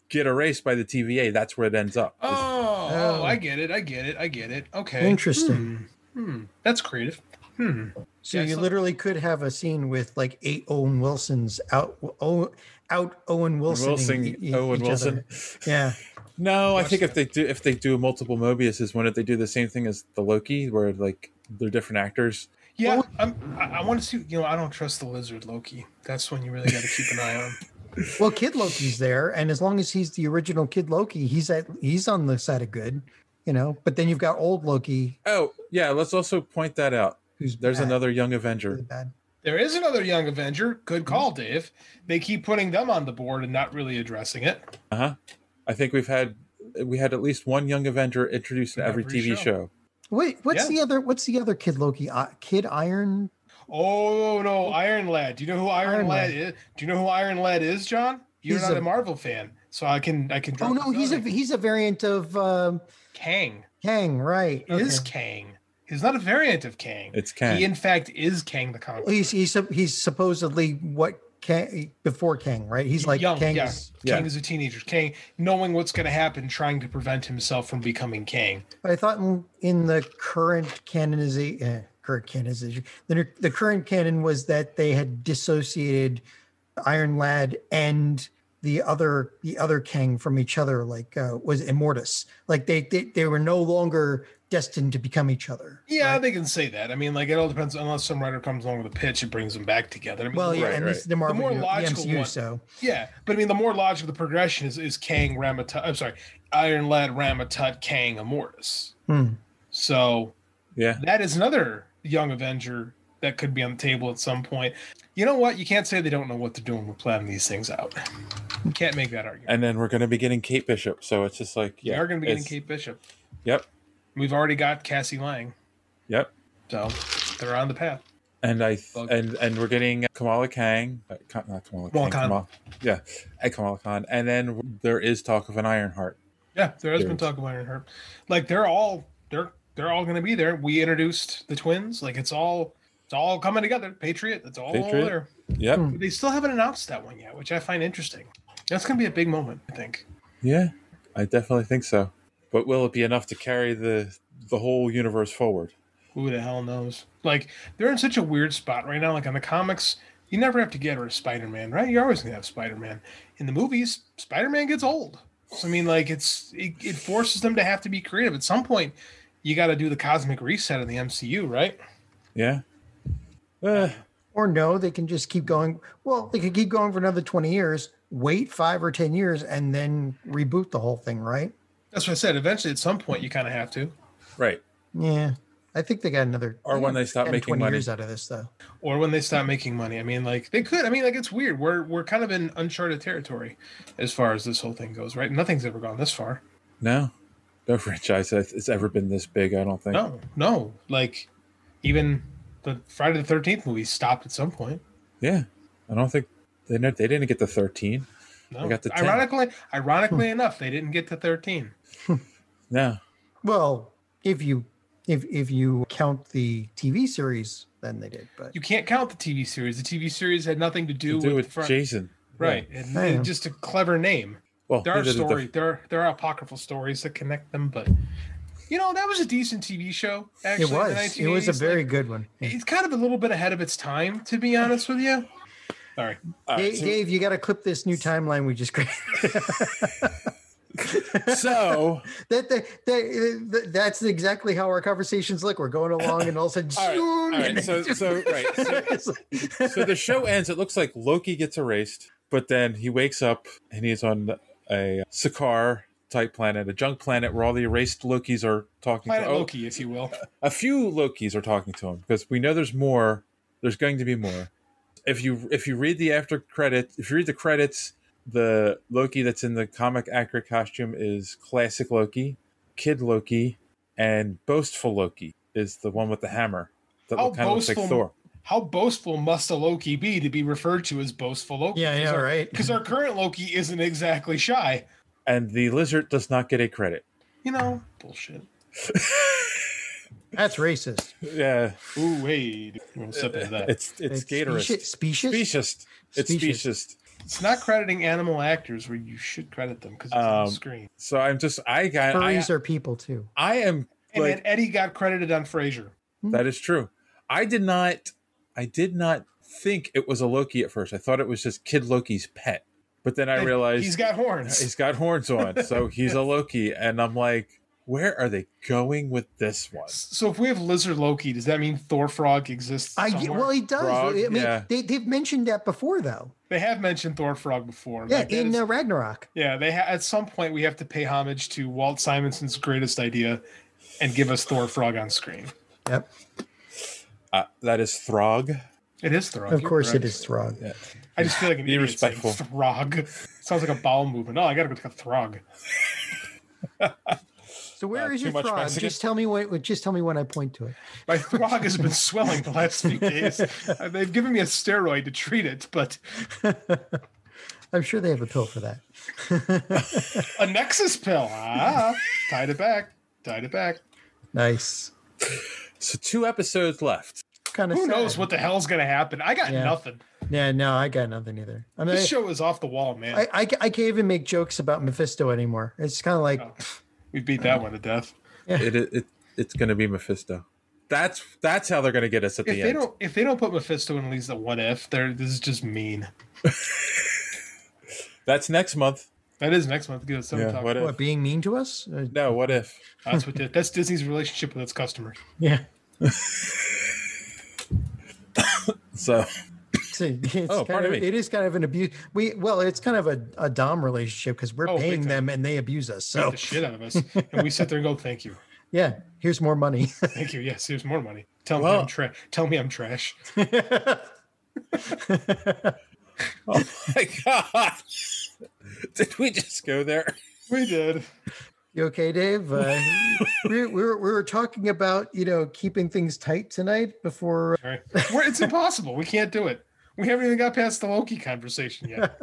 get erased by the TVA, that's where it ends up.
Oh,
Oh.
oh, I get it. I get it. I get it. Okay.
Interesting.
Hmm. Hmm. That's creative. Hmm.
So
Yeah,
you
so-
literally could have a scene with like eight Owen Wilsons out o, out Owen e, Wilson.
Wilson, Owen Wilson.
(laughs) Yeah.
No, I think if they do if they do multiple Mobiuses, why don't they do the same thing as the Loki, where like they're different actors?
Yeah, I'm, I, I want to see. You know, I don't trust the lizard Loki. That's when you really got to keep an eye on.
(laughs) Well, Kid Loki's there, and as long as he's the original Kid Loki, he's at he's on the side of good, you know. But then you've got old Loki.
Oh yeah, let's also point that out.
Who's
There's
bad.
another young Avenger.
There is another young Avenger. Good call,
Mm.
Dave. They keep putting them on the board and not really addressing it.
Uh huh. I think we've had we had at least one young Avenger introduced in every,
Every
TV show.
show.
Wait, what's
Yeah.
the other? What's the other Kid Loki? Uh, Kid Iron?
Oh no, Iron Lad. Do you know who Iron,
Iron
Lad,
Lad.
is? Do you know who Iron Lad is, John? You're
He's
not a,
a-
Marvel fan, so I can I can.
Oh
drop
no,
this
he's a
on you.
he's a variant of um,
Kang.
Kang, right?
He Is
okay.
Kang? He's not a variant of Kang.
It's Kang.
He in fact is Kang the Conqueror.
He's he's sup- he's supposedly what Kang before Kang, right? He's like
young,
Kang.
yeah.
is-
Yeah.
Kang is a teenager. Kang, knowing what's going to happen, trying to prevent himself from becoming Kang.
But I thought in, in the current canonization, eh, current canonization, the, the current canon was that they had dissociated Iron Lad and the other the other Kang from each other, like uh, was Immortus. Like they, they they were no longer destined to become each other.
Yeah,
right?
they can say that. I mean, like it all depends. Unless some writer comes along with a pitch, it brings them back together. I mean,
well, yeah,
Right,
and
right.
this is the Marvel
more
U- the
logical
MCU,
one.
so
Yeah, but I mean, the more logical the progression is is Kang Ramatut. I'm sorry, Iron Lad Ramatut Kang Immortus.
Hmm.
So
Yeah.
that is another Young Avenger that could be on the table at some point. You know what? You can't say they don't know what they're doing with planning these things out. You can't make that argument.
And then we're going to be getting Kate Bishop, so it's just like yeah,
we are going to be getting
it's-
Kate Bishop.
Yep,
We've already got Cassie Lang,
yep.
so they're on the path.
And I th-
Bug.
and and we're getting Kamala Kang, uh, Ka- not Kamala
Kamala
Kang,
Khan.
Kamala, yeah, at Kamala Khan. And then there is talk of an Ironheart.
Yeah, there has been
Dudes.
talk about her. Like they're all they're they're all going to be there. We introduced the twins. Like it's all it's all coming together. Patriot. It's all
Patriot.
there.
Yep.
But They still haven't announced that one yet, which I find interesting. That's going to be a big moment, I think.
Yeah, I definitely think so. But will it be enough to carry the the whole universe forward?
Who the hell knows? Like they're in such a weird spot right now. Like on the comics, you never have to get rid of Spider Man, right? You're always going to have Spider Man. In the movies, Spider Man gets old. So I mean, like it's it, it forces them to have to be creative. At some point, you got to do the cosmic reset in the MCU, right?
Yeah. Uh,
or no, they can just keep going. Well, they could keep going for another twenty years, wait five or ten years, and then reboot the whole thing, right?
That's what I said. Eventually, at some point, you kind of have to.
right.
Yeah, I think they got another
Or when they stop
10,
making
20
money.
years out of this, though.
Or when they stop making money. I mean, like they could. I mean, like it's weird. We're we're kind of in uncharted territory as far as this whole thing goes, right? Nothing's ever gone this far.
No, no (laughs) franchise has has ever been this big. I don't think.
No, no. Like even the Friday the Thirteenth movie stopped at some point.
Yeah, I don't think they ne- they didn't get the thirteen.
No.
They got Hmm. to 10.
ironically, ironically enough, they didn't get to thirteen.
No.
Well, if you if if you count the TV series, then they did. But
You can't count the TV series. The TV series had nothing to do,
to do
with,
with
the front,
Jason.
right? And,
Yeah.
and just a clever name.
Well,
there are
neither did the-
story there are, there are apocryphal stories that connect them but you know that was a decent tv show actually
it
in the
was it was a
1980s.
very
Like,
good one.
it's kind of a little bit ahead of its time to be honest with you sorry
All right,
Dave, Dave, you got to clip this new timeline we just created.
so,
(laughs)
(laughs)
that, that, that, that- that's exactly how our conversations look. We're going along, and all of a sudden,
all right, all
zoom,
right, so, so, right,
(laughs)
so,
it's like-
so the show ends. It looks like Loki gets erased, but then he wakes up and he's on a Sakaar type planet, a junk planet where all the erased Lokis are talking.
planet
to, oh,
loki if you will
a few Lokis are talking to him because we know there's more. There's going to be more. If you if you read the after credit, if you read the credits, the Loki that's in the comic accurate costume is classic Loki, kid Loki, and boastful Loki is the one with the hammer that
How
kind of looks like
Oh, boastful-
Thor.
how boastful must a loki be to be referred to as boastful loki
yeah, yeah, right.
because our current loki isn't exactly shy
And the lizard does not get a credit.
you know bullshit
That's racist.
Yeah,
ooh wait you want to step
(laughs)
into that
it's it's,
specious.
Gatorist.
specious?
Specious. It's
Specious.
specious.
it's not crediting animal actors where you should credit them because it's on
Um,
screen
So I'm just I got I,
Furries are people too.
I am
and
like
then eddie got credited on frasier
Hmm?
That is true. I did not I did not think it was a Loki at first. I thought it was just Kid Loki's pet. But then I
And
realized
he's got horns.
He's got horns
(laughs)
on, so he's a Loki, and I'm like, where are they going with this one?
So if we have lizard Loki, does that mean Thor Frog exists?
I
somewhere?
well, he does.
Frog,
I mean,
yeah.
they, they've mentioned that before, though.
They have mentioned Thor Frog before.
Yeah,
Like, that
in
is-
uh, Ragnarok.
yeah. They ha- at some point we have to pay homage to Walt Simonson's greatest idea, and give us Thor Frog on screen.
Yep.
Uh, that is Throg.
It is Throg.
Of
you're
course, it
correct.
is Throg.
I just feel like an
Be
idiot saying
respectful.
Throg (laughs) sounds like a bowel movement. Oh, I gotta go to Throg.
So where
Uh,
is
too
your
much
Throg?
Mexican?
Just tell me what. Just tell me when I point to it.
My Throg has been swelling the
(laughs)
last few days. Uh, They've given me a steroid to treat it, but
I'm sure they have a pill for that.
a Nexus pill. Ah, tied it back. Tied it back.
Nice.
So two episodes left.
Kind of.
Who knows what the hell's gonna happen? I got
Yeah.
nothing.
Yeah, no, I got nothing either. I mean,
this
I,
show is off the wall, man.
I, I, I can't even make jokes about Mephisto anymore. It's kind of like
Oh. we beat that one to death.
It, it, it it's going to be Mephisto. That's that's how they're going to get us at
if
the
they
end.
don't, if they don't put Mephisto in at least the what if, there this is just mean.
That's next month.
That is next month. Give us some
Yeah,
talk.
what if?
what being mean to us. Uh,
No, what if?
That's what that's Disney's relationship with its customers.
yeah.
So (laughs)
It's, a- it's
Oh,
kind
pardon
of,
me.
it is kind of an abuse. We well, it's kind of a, a dom relationship because we're
Oh, big
paying
time.
them and they abuse us.
Beat
So
the shit out of us, and we sit there and go, "Thank you,
yeah, here's more money. (laughs)
thank you." Yes, here's more money. Tell me
Well-
I'm trash. Tell me
(laughs)
I'm trash.
Oh my god! Did we just go there?
We did.
You okay, Dave? Uh, we, we, were, we were talking about you know keeping things tight tonight before. uh,
All right. We're, it's impossible. We can't do it. We haven't even got past the Loki conversation yet.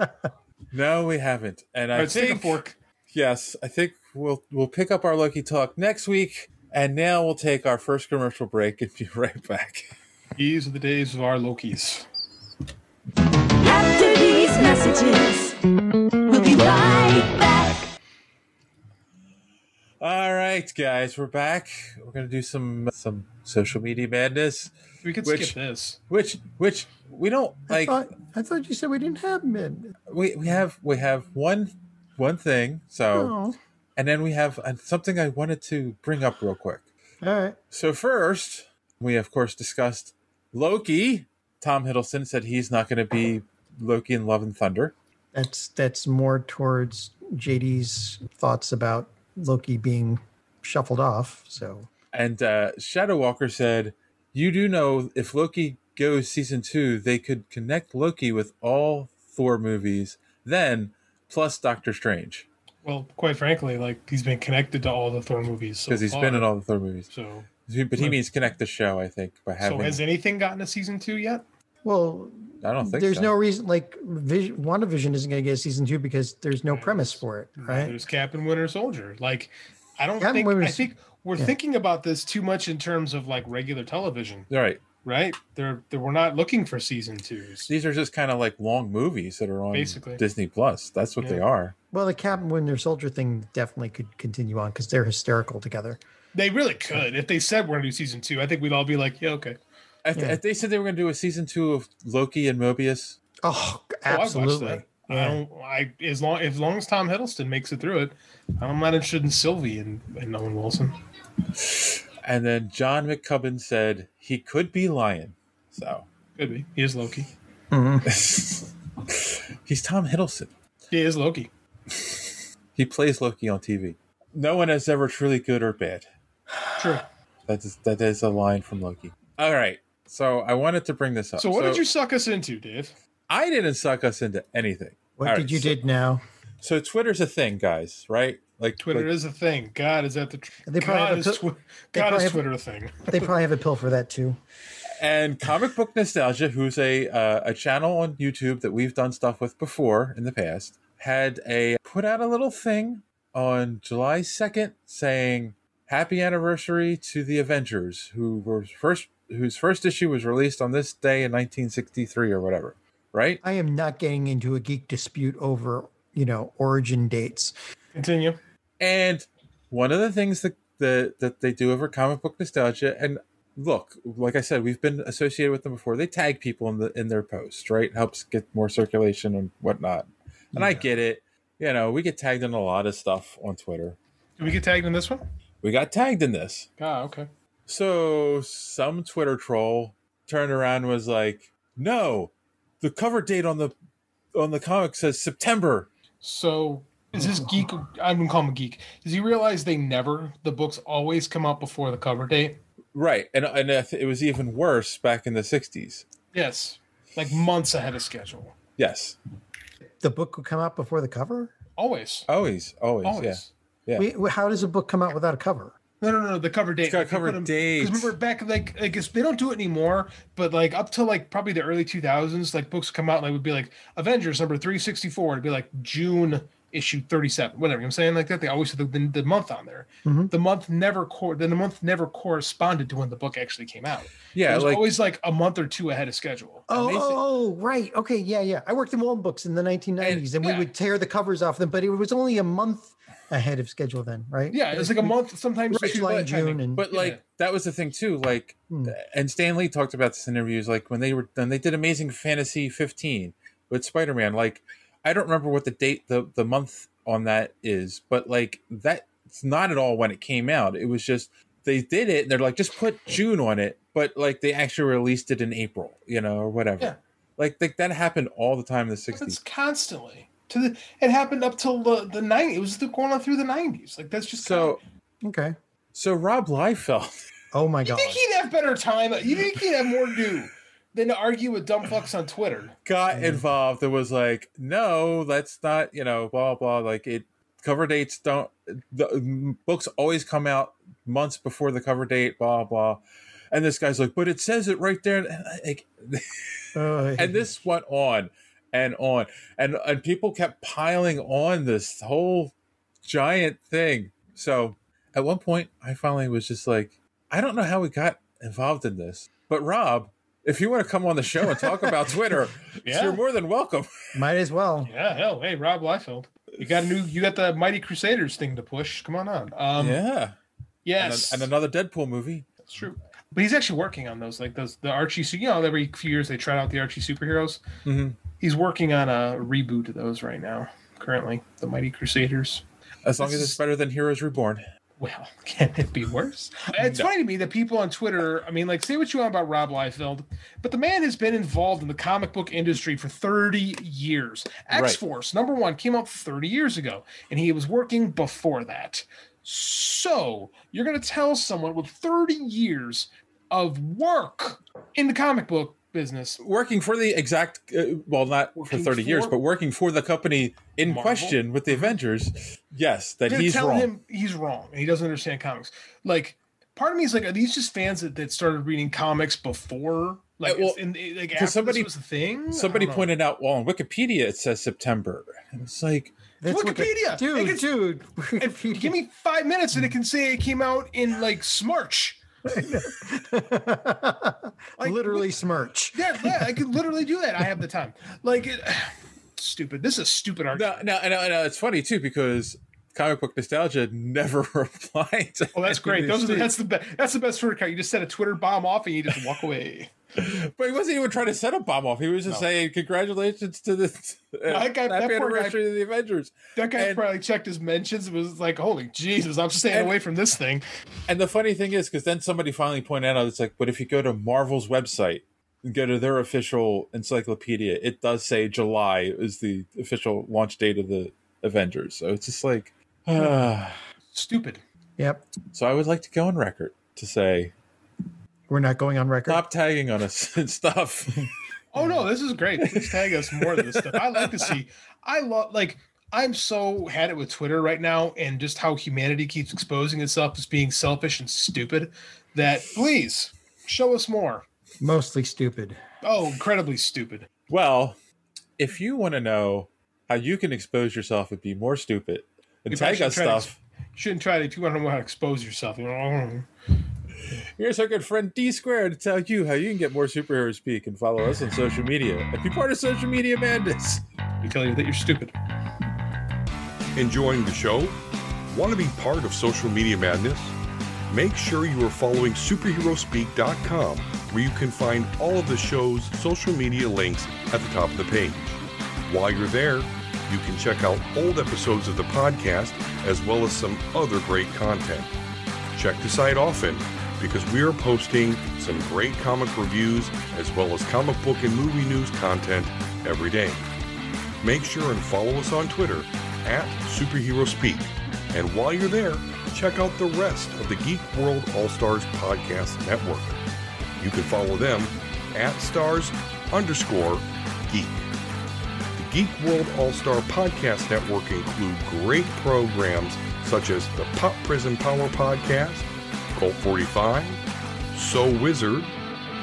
(laughs) No, we haven't. And
All
I
right, take a
think
fork.
yes, I think we'll we'll pick up our Loki talk next week. And now we'll take our first commercial break and be (laughs) right back.
These are the days of our Lokis.
After these messages, we'll be right back.
All right, guys, we're back. We're gonna do some some social media madness,
We could
Which-
skip this.
which which we don't
I
like.
thought I thought you said we didn't have men.
We we have we have one one thing. So
Oh,
and then we have uh, something I wanted to bring up real quick.
Oh, all right.
So first, we of course discussed Loki. Tom Hiddleston said he's not going to be Loki in Love and Thunder.
That's that's more towards JD's thoughts about Loki being shuffled off. So
And uh, Shadow Walker said, "You do know if Loki goes season two, they could connect Loki with all Thor movies, then plus Doctor Strange
Well, quite frankly, like he's been connected to all the Thor movies so
because he's
far.
been in all the Thor movies."
So,
But he means connect the show, I think, by having.
so has anything gotten a season two yet?
well,
I don't think
there's
so.
no reason like Vision, WandaVision isn't going to get a season two because there's no premise for it, right?
There's Captain Winter Soldier. Like, I don't
Captain
think. I
Winter's-
think we're
yeah.
thinking about this too much in terms of like regular television,
All right,
right? They're, they we're not looking for season twos.
these are just kind of like long movies that are on
Basically.
Disney Plus. That's what
Yeah.
they are.
Well, the Captain Winter Soldier thing definitely could continue on because they're hysterical together.
They really could. If they said we're gonna do season two, I think we'd all be like, yeah, okay. Oh,
If,
Yeah.
if they said they were going to do a season two of Loki and Mobius,
Oh,
Oh, I'd watch
absolutely.
that. I don't. I as long as long as Tom Hiddleston makes it through it, I'm not interested in Sylvie and, and Owen Wilson.
and then John McCubbin said he could be lying. So (laughs)
Could be. He is Loki.
he's Tom Hiddleston.
He is Loki.
He plays Loki on TV. No one is ever truly good or bad.
True.
That is that is a line from Loki. All right. So I wanted to bring this up.
So what did you suck us into, Dave?
I didn't suck us into anything.
What
All
did
right,
you
so-
did now?
So Twitter's a thing, guys, right? Like
Twitter
like,
is a thing. God is that the tr-
They probably
God
have a
is,
pil-
twi-
they
God
probably
is
have-
Twitter a thing.
They probably have a pill for that too.
and comic book nostalgia who's a uh, a channel on youtube that we've done stuff with before in the past had a put out a little thing on july 2nd saying happy anniversary to the avengers who were first whose first issue was released on this day in 1963 or whatever right
I am not getting into a geek dispute over you know origin dates.
Continue.
And one of the things that the, that they do over comic book nostalgia, and look, like I said, we've been associated with them before. They tag people in the in their posts, right? Helps get more circulation and whatnot. And I get it. You know, we get tagged in a lot of stuff on Twitter.
Did we get tagged in this one?
We got tagged in this.
Ah, okay.
So some Twitter troll turned around and was like, "No, the cover date on the on the comic says September."
So is this geek? I'm gonna call him a geek. Does he realize they never the books always come out before the cover date?
Right, and and I th- it was even worse back in the '60s.
Yes, like months ahead of schedule.
Yes,
The book will come out before the cover.
Always.
always, always,
Always.
yeah, yeah.
Wait, wh- how does a book come out without a cover?
No, no, no. The cover date.
It's got a
Like, they
cover
put 'em-
date.
remember back like I guess they don't do it anymore, but like up to like probably the early two thousands, like books come out and it would be like Avengers number three sixty four. It'd be like June issue thirty seven, whatever. You know what I'm saying like that. They always had the, the, the month on there.
Mm-hmm.
The month never cor- then the month never corresponded to when the book actually came out.
Yeah,
it was
like-
always like a month or two ahead of schedule.
Oh, oh, oh, right. Okay, yeah, yeah. I worked in Walden Books in the 1990s, and, we would tear the covers off them, but it was only a month ahead of schedule then, right?
Yeah, it was like a month sometimes.
Right,
two,
July and
but-
June, and
But like that was the thing too. Like,
Hmm,
and Stan Lee talked about this in interviews. Like when they were when they did Amazing Fantasy 15 with Spider Man. Like, I don't remember what the date the the month on that is, but like that's not at all when it came out. It was just they did it and they're like just put June on it, but like they actually released it in April, you know, or whatever.
Yeah.
Like, like that happened all the time in the 60s.
It's constantly to the. It happened up till the the nineties. It was the, going on through the nineties. Like that's just
so
okay.
So Rob Liefeld.
Oh my
You
god.
think he'd have better time? You think he'd have more to do than to argue with dumb fucks on Twitter?
got involved and was like, no, that's not, you know, blah, blah. Like, it cover dates don't, the mm, books always come out months before the cover date, blah, blah. And this guy's like, but it says it right there. And, I- like,
Uh,
and this went on and on. And, and people kept piling on this whole giant thing. So at one point, I finally was just like, I don't know how we got involved in this, but Rob, if you want to come on the show and talk about Twitter,
Yeah.
you're more than welcome.
Might as well.
Yeah, hell, hey, Rob Liefeld, you got a new, you got the Mighty Crusaders thing to push. Come on on. Um,
yeah.
Yes.
And, an- and another Deadpool movie.
That's true. But he's actually working on those, like those the Archie. su- You know, every few years they try out the Archie superheroes.
Mm-hmm.
Mhm.
He's working on a reboot of those right now. Currently, the Mighty Crusaders.
As long as
This
it's better than Heroes Reborn.
Well, (laughs) can it be worse? Uh, It's
No.
funny to me that people on Twitter, I mean, like, say what you want about Rob Liefeld, but the man has been involved in the comic book industry for 30 years.
Right.
X Force, number one, came out 30 years ago, and he was working before that. So you're going to tell someone with 30 years of work in the comic book business.
Working for the exact, uh, well, not
Working
for Uh-huh. 30 years,
for-
but working for the company in
Marvel?
question with the Avengers, yes, that
They're
he's
telling
wrong.
him he's wrong and he doesn't understand comics. Like, part of me is like, are these just fans that, that started reading comics before? Like,
well,
in, like
'cause
after
somebody-
somebody was a thing. I
Somebody
don't know.
pointed out, well, on Wikipedia it says September. And it's like,
That's what the-
Wikipedia,
dude,
It
dude.
gets- (laughs)
(laughs)
and give me five minutes and it can say it came out in like Smarch.
Literally smirch.
Yeah, yeah, I could literally do that. I have the time. Like, it, (sighs) stupid. This is stupid art.
no, no, no, no, uh, it's funny too because comic book nostalgia never (laughs) replied. to (laughs)
Oh, that's
any
great.
of
Those are the,
these
that's the best. That's the best for You just set a Twitter bomb off and you just walk away.
tweets. But he wasn't even trying to set a bomb off. He was just saying, congratulations to (laughs) the uh,
That guy- that
happy
poor guy-
anniversary to the Avengers.
That guy
And-
probably checked his mentions and was like, "Holy Jesus, I'm staying
And-
away from this thing."
And the funny thing is, because then somebody finally pointed out, it's like, but if you go to Marvel's website and go to their official encyclopedia, it does say July is the official launch date of the Avengers. So it's just like, (sighs) ah.
Stupid.
Yep.
so I would like to go on record to say,
We're not going on record.
stop tagging on us (laughs) and stuff.
Oh no, this is great. Please tag us more of this stuff. I like to see. I love like I'm so had it with Twitter right now and just how humanity keeps exposing itself as being selfish and stupid that please show us more.
Mostly stupid.
Oh, incredibly stupid.
well, if you want to know how you can expose yourself and be more stupid and
You probably
tag
shouldn't
us
try to ex-
stuff,
shouldn't try to if you want to know how to expose yourself. You know,
Here's our good friend D Squared to tell you how you can get more superhero speak and follow us on social media and be part of Social Media Madness.
We tell you that you're stupid.
Enjoying the show? Want to be part of social media madness? Make sure you are following superheroespeak.com where you can find all of the show's social media links at the top of the page. While you're there, You can check out old episodes of the podcast as well as some other great content. Check the site often because we are posting some great comic reviews as well as comic book and movie news content every day. Make sure and follow us on Twitter at Superhero Speak. And while you're there, check out the rest of the Geek World All Stars Podcast Network. You can follow them at stars underscore geek. The Geek World All Star Podcast Network include great programs such as the Pop Prison Power Podcast, Cult 45, So Wizard,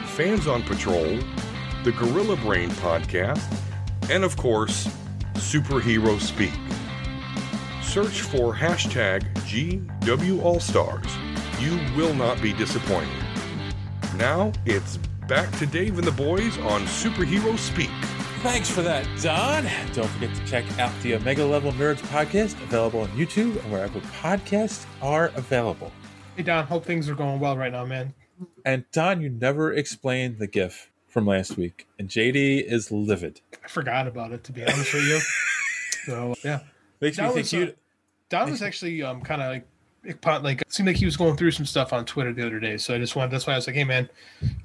Fans on Patrol, the Gorilla Brain Podcast, and of course, Superhero Speak. Search for hashtag GWAllStars. You will not be disappointed. Now it's back to Dave and the boys on Superhero Speak.
Thanks for that, Don. Don't forget to check out the Omega Level Nerds podcast, available on YouTube and wherever podcasts are available.
Hey Don, hope things are going well right now, man.
And Don, you never explained the GIF from last week, and JD is livid.
I forgot about it to be honest with you. So yeah,
Makes me
Don
think
was,
you-
Don was actually um, kind of like, pot- like it seemed like he was going through some stuff on Twitter the other day. So I just wanted that's why I was like, hey man,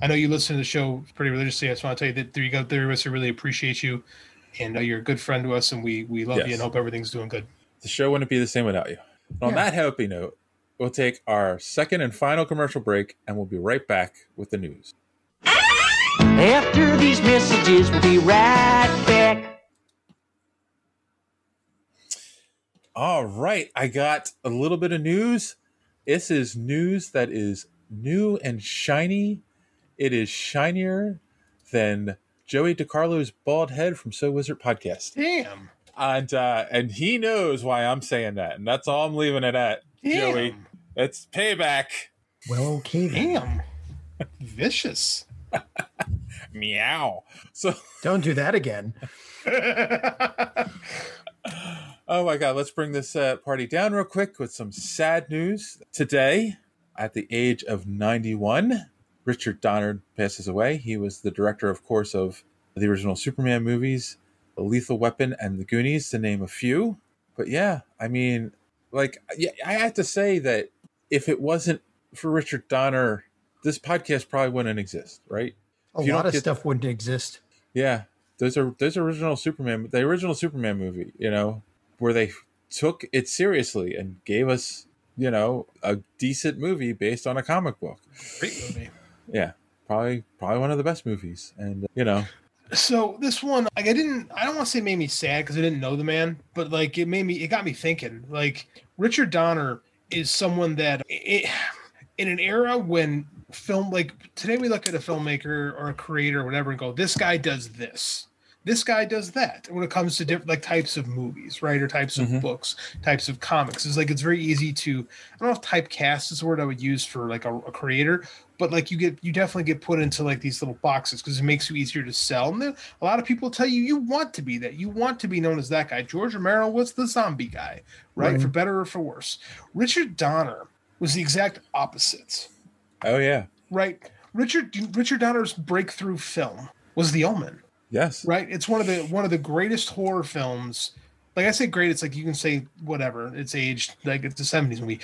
I know you listen to the show pretty religiously. I just want to tell you that three go three of us. I really appreciate you, and uh, you're a good friend to us, and we we love you
Yes.
and hope everything's doing good.
The show wouldn't be the same without you. And on
Yeah.
that happy note, we'll take our second and final commercial break, and we'll be right back with the news.
After these messages, we'll be right back.
All right, I got a little bit of news. This is news that is new and shiny. It is shinier than Joey DiCarlo's bald head from So Wizard podcast.
Damn.
And uh, and he knows why I'm saying that, and that's all I'm leaving it at,
Damn.
Joey. It's payback.
Well, okay then.
Damn, vicious. (laughs)
Meow. So
Don't do that again.
Oh my God, let's bring this uh, party down real quick with some sad news. Today, at the age of 91, Richard Donner passes away. He was the director, of course, of the original Superman movies, The Lethal Weapon, and The Goonies, to name a few. But yeah, I mean, like, yeah, I have to say that if it wasn't for Richard Donner, this podcast probably wouldn't exist, right?
A
If you don't
lot of
get-
stuff wouldn't exist.
yeah, those are those original Superman, the original Superman movie, you know, where they took it seriously and gave us, you know, a decent movie based on a comic book.
Great movie.
Yeah, probably probably one of the best movies, and you know,
So this one, like I didn't, I don't want to say it made me sad because I didn't know the man, but like it made me, it got me thinking. Like Richard Donner is someone that, it, in an era when film, like today we look at a filmmaker or a creator or whatever and go, this guy does this, this guy does that. When it comes to different like types of movies, right, or types of books, types of comics, it's like it's very easy to. I don't know if typecast is the word I would use for like a, a creator, but like you get you definitely get put into like these little boxes because it makes you easier to sell. And then a lot of people tell you you want to be that, you want to be known as that guy. George Romero was the zombie guy, right?
Right.
For better or for worse. Richard Donner was the exact opposite,
oh yeah,
right? Richard Richard Donner's breakthrough film was The Omen.
yes,
Right. It's one of the one of the greatest horror films. Like I say, great. It's like you can say whatever. It's aged like it's a seventies movie,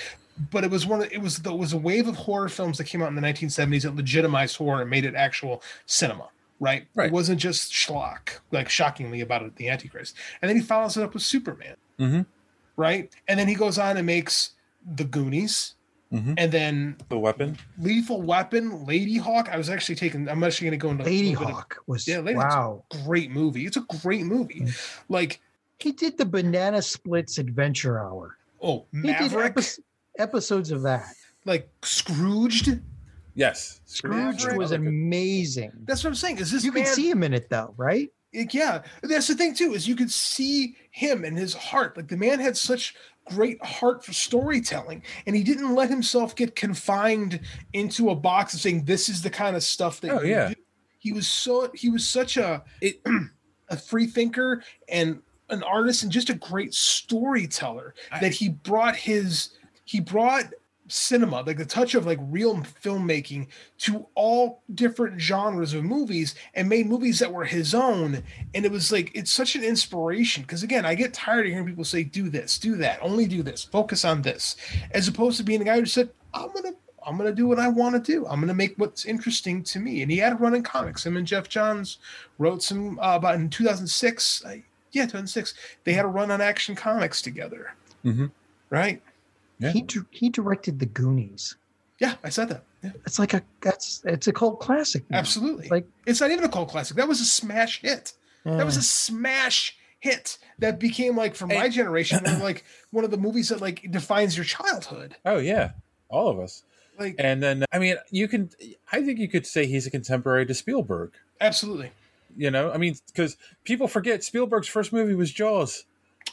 but it was one. Of, it was the, it was a wave of horror films that came out in the nineteen seventies that legitimized horror and made it actual cinema. Right?
Right.
It wasn't just schlock. Like shockingly about it, the Antichrist, and then he follows it up with Superman.
Mhm.
Right, and then he goes on and makes the Goonies,
Mhm.
and then
the weapon.
Lethal Weapon, Lady Hawk. I was actually taking. I'm actually going to go into a
Lady
little bit of-
Hawk was
yeah, Lady Hawk's
wow.
a great movie. It's a great movie.
Mm.
Like,
He did the Banana Splits Adventure Hour.
oh,
He did
Maverick,
epis- episodes of that.
like Scrooged.
Yes,
Scrooge
Maverick.
was amazing.
That's what I'm saying. Is this
You can
man-
see him in it though, right?
Like, yeah, that's the thing too. Is you could see him and his heart. Like the man had such great heart for storytelling, and he didn't let himself get confined into a box of saying this is the kind of stuff that.
Oh,
you
yeah.
do." He was so he was such a
It-
(clears throat) a free thinker and an artist and just a great storyteller that he brought his he brought cinema, like the touch of like real filmmaking to all different genres of movies and made movies that were his own. And it was like, it's such an inspiration. Cause again, I get tired of hearing people say, do this, do that, only do this, focus on this, as opposed to being the guy who said, I'm going to. I'm gonna do what I want to do. I'm gonna make what's interesting to me. And he had a run in comics. Him and Jeff Johns wrote some uh, about in 2006. I, yeah, 2006. They had a run on Action Comics together.
Mm-hmm.
Right.
Yeah.
He dir- he directed the Goonies.
Yeah, I said that. Yeah.
It's like a that's it's a cult classic. now.
Absolutely.
Like
It's not even a cult classic. That was a smash hit. That was a smash hit that became like for my generation
(clears throat)
one of, like one of the movies that like defines your childhood.
Oh yeah, all of us.
Like-
and then I mean, you can. I think you could say he's a contemporary to Spielberg.
Absolutely.
You know, I mean, because people forget Spielberg's first movie was Jaws.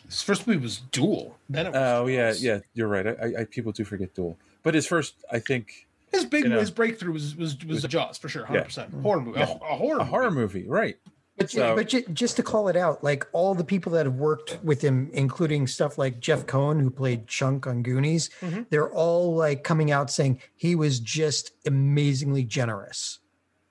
His first movie was Duel. Then it was
oh yeah, yeah, you're right. I, I, I people do forget Duel, but his first, I think,
His big
You know.
his breakthrough was was, was Jaws for sure,
Yeah.
100%. Horror movie.
Yeah.
A, a horror
a horror movie, right?
But, ju-
So-
but ju- just to call it out, like all the people that have worked with him, including stuff like Jeff Cohen, who played Chunk on Goonies,
Mhm.
they're all like coming out saying he was just amazingly generous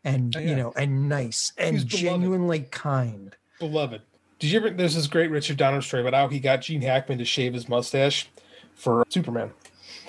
and,
Oh,
you
yeah.
know, and nice and
He's beloved.
genuinely kind.
Beloved. Did you ever? There's this great Richard Donner story about how he got Gene Hackman to shave his mustache for Superman,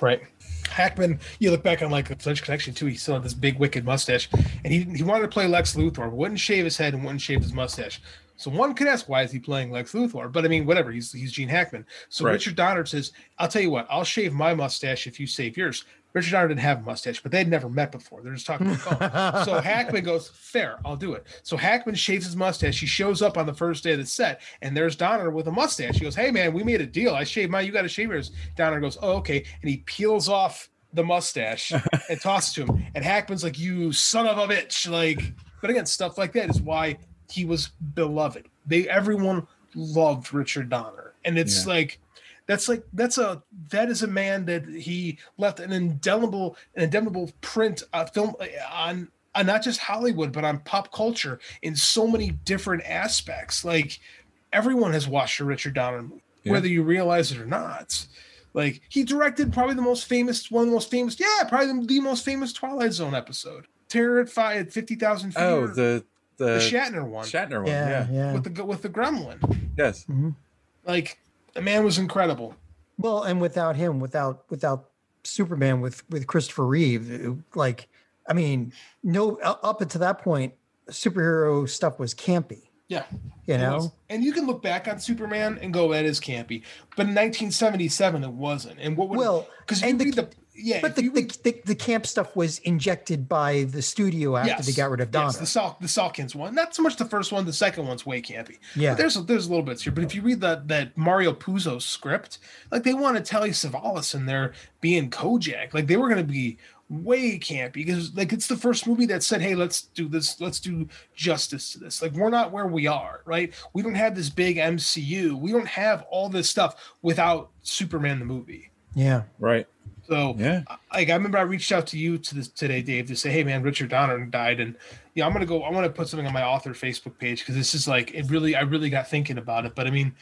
right? Hackman, you look back on like the French Connection too. He still had this big wicked mustache, and he he wanted to play Lex Luthor, but wouldn't shave his head and wouldn't shave his mustache. So one could ask, why is he playing Lex Luthor? But I mean, whatever. He's he's Gene Hackman. So
Right.
Richard Donner says, "I'll tell you what. I'll shave my mustache if you save yours." Richard Donner didn't have a mustache, but they'd never met before. They're just talking on the phone. so Hackman goes, "Fair, I'll do it." So Hackman shaves his mustache. He shows up on the first day of the set, and there's Donner with a mustache. He goes, "Hey man, we made a deal. I shaved mine. You got to shave yours." Donner goes, "Oh okay," and he peels off the mustache and tosses it to him. And Hackman's like, "You son of a bitch!" Like, but again, stuff like that is why he was beloved. They everyone loved Richard Donner, and it's
Yeah.
like that's like that's a that is a man that he left an indelible an indelible print uh, film uh, on on not just Hollywood but on pop culture in so many different aspects. Like everyone has watched a Richard Donner movie,
Yeah.
whether you realize it or not. Like he directed probably the most famous one of the most famous yeah probably the, the most famous Twilight Zone episode. Terror at fi- at fifty thousand feet.
Oh,
or-
the the,
the Shatner one.
Shatner one, yeah,
Yeah, yeah.
with the with the Gremlin.
yes,
Like the man was incredible.
Well, and without him, without without Superman with with Christopher Reeve, it- like I mean, no, u- up until that point, superhero stuff was campy.
Yeah.
You
It
know,
was. And you can look back on Superman and go, that is campy. But in 1977, it wasn't. And what would
Well,
because you
and the-
read the yeah,
but
if
the,
you
the,
read-
the the camp stuff was injected by the studio after they
yes,
got rid of Donner.
yes, the Sal the Salkins one, not so much the first one. The second one's way campy.
Yeah.
but there's there's a little bits here. But if you read that that Mario Puzo script, like they want to tell you Savalas in there being Kojak, like they were going to be way campy because like it's the first movie that said, hey, let's do this, let's do justice to this. Like we're not where we are, right? We don't have this big MCU. We don't have all this stuff without Superman the movie.
yeah.
right,
So
yeah,
like I remember I reached out to you to this today, Dave, to say, hey man, Richard Donner died, and yeah, I'm gonna go. I want to put something on my author Facebook page because this is like it really. I really got thinking about it, but I mean,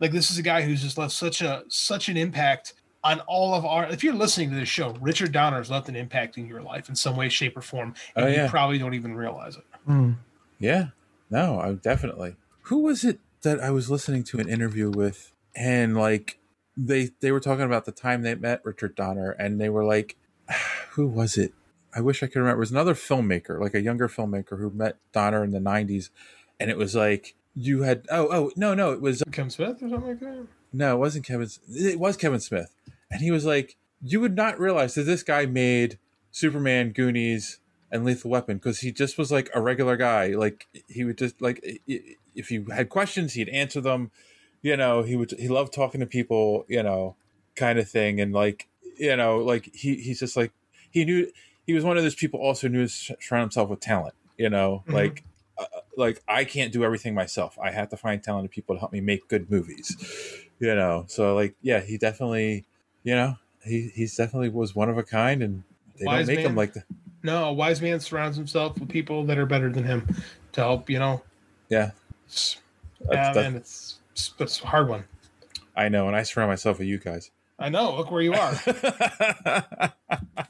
like this is a guy who's just left such a such an impact on all of our. If you're listening to this show, Richard Donner has left an impact in your life in some way, shape, or form, and
Oh,
you
yeah.
probably don't even realize it.
Mm.
yeah. No, I definitely. Who was it that I was listening to an interview with, and like they they were talking about the time they met Richard Donner, and they were like, (sighs) who was it? I wish I could remember. It was another filmmaker, like a younger filmmaker who met Donner in the '90s, and it was like you had oh oh no no it was
Kim Smith or something like that.
No, it wasn't Kevin. S- It was Kevin Smith, and he was like, "You would not realize that this guy made Superman, Goonies, and Lethal Weapon because he just was like a regular guy. Like he would just like i- i- if you had questions, he'd answer them. You know, he would he loved talking to people. You know, kind of thing, and like you know, like he he's just like he knew he was one of those people also knew to sur- surround himself with talent. You know,
Mhm.
like uh, like I can't do everything myself. I have to find talented people to help me make good movies. You know, so like yeah, he definitely, you know, he he's definitely was one of a kind, and they
Wise
don't make him
man.
like that.
No, a wise man surrounds himself with people that are better than him to help. You know,
Yeah,
It's-
That's-
yeah,
that's-
man, it's it's, it's a hard one. (laughs)
I know, and I surround myself with you guys.
I know. Look where you
(laughs)
are.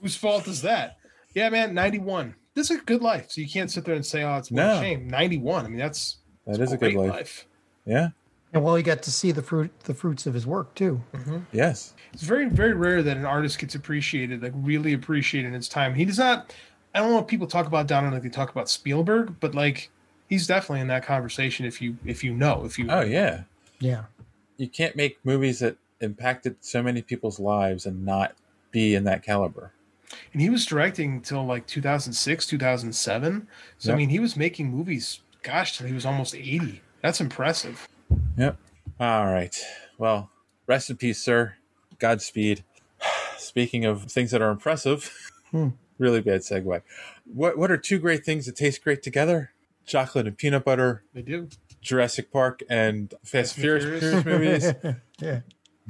Whose fault is that? Yeah, man. Ninety-one. This is a good life. So you can't sit there and say, "Oh, it's what
No.
a shame." Ninety-one. I mean, that's
That
that's
is a good
great
life. Yeah.
And well, he got to see the fruit, the fruits of his work too.
Yes.
It's very, very rare that an artist gets appreciated, like really appreciated in its time. He does not. I don't know if people talk about Donovan like they talk about Spielberg, but like he's definitely in that conversation. If you if you know if you
Oh yeah.
Yeah.
You can't make movies that impacted so many people's lives and not be in that caliber.
and he was directing till like 2006 2007 so
Yeah.
i mean he was making movies gosh till he was almost 80 that's impressive
Yep. All right. Well, rest in peace, sir. Godspeed. (sighs) Speaking of things that are impressive, (laughs)
Hmm.
really bad segue. What What are two great things that taste great together? Chocolate and peanut butter.
They do.
Jurassic Park and Fast and Furious, (laughs) Furious movies.
yeah.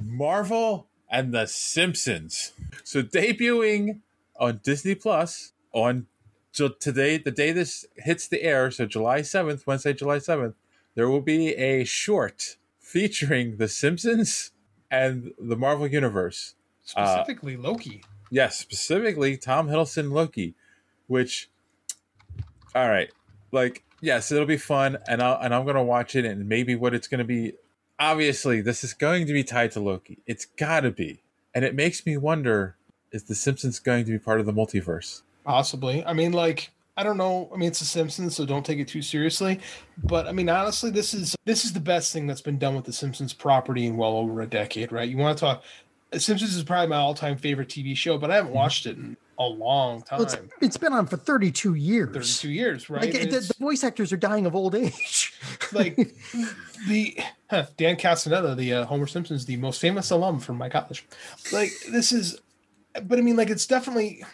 Marvel and The Simpsons. So debuting on Disney Plus on ju- today, the day this hits the air, so July 7th, Wednesday, July 7th, there will be a short featuring The Simpsons and the Marvel Universe. Uh,
specifically loki
Yes, specifically Tom Hiddleston Loki, which, all right, like yes, it'll be fun, and I and I'm gonna watch it, and maybe what it's gonna be. Obviously, this is going to be tied to Loki. It's gotta be, and it makes me wonder: Is the Simpsons going to be part of the multiverse?
possibly i mean like i don't know i mean it's the simpsons so don't take it too seriously but i mean honestly this is this is the best thing that's been done with the simpsons property in well over a decade right you want to talk The simpsons is probably my all-time favorite tv show but i haven't watched it in a long time
Mm-hmm. Well, it's, it's been on for 32 years.
32 years right
Like,
And
the,
it's-
the voice actors are dying of old age. (laughs)
like the huh, Dan Castaneda, the uh, Homer Simpson's the most famous alum from my college. Like this is, but I mean, like it's definitely,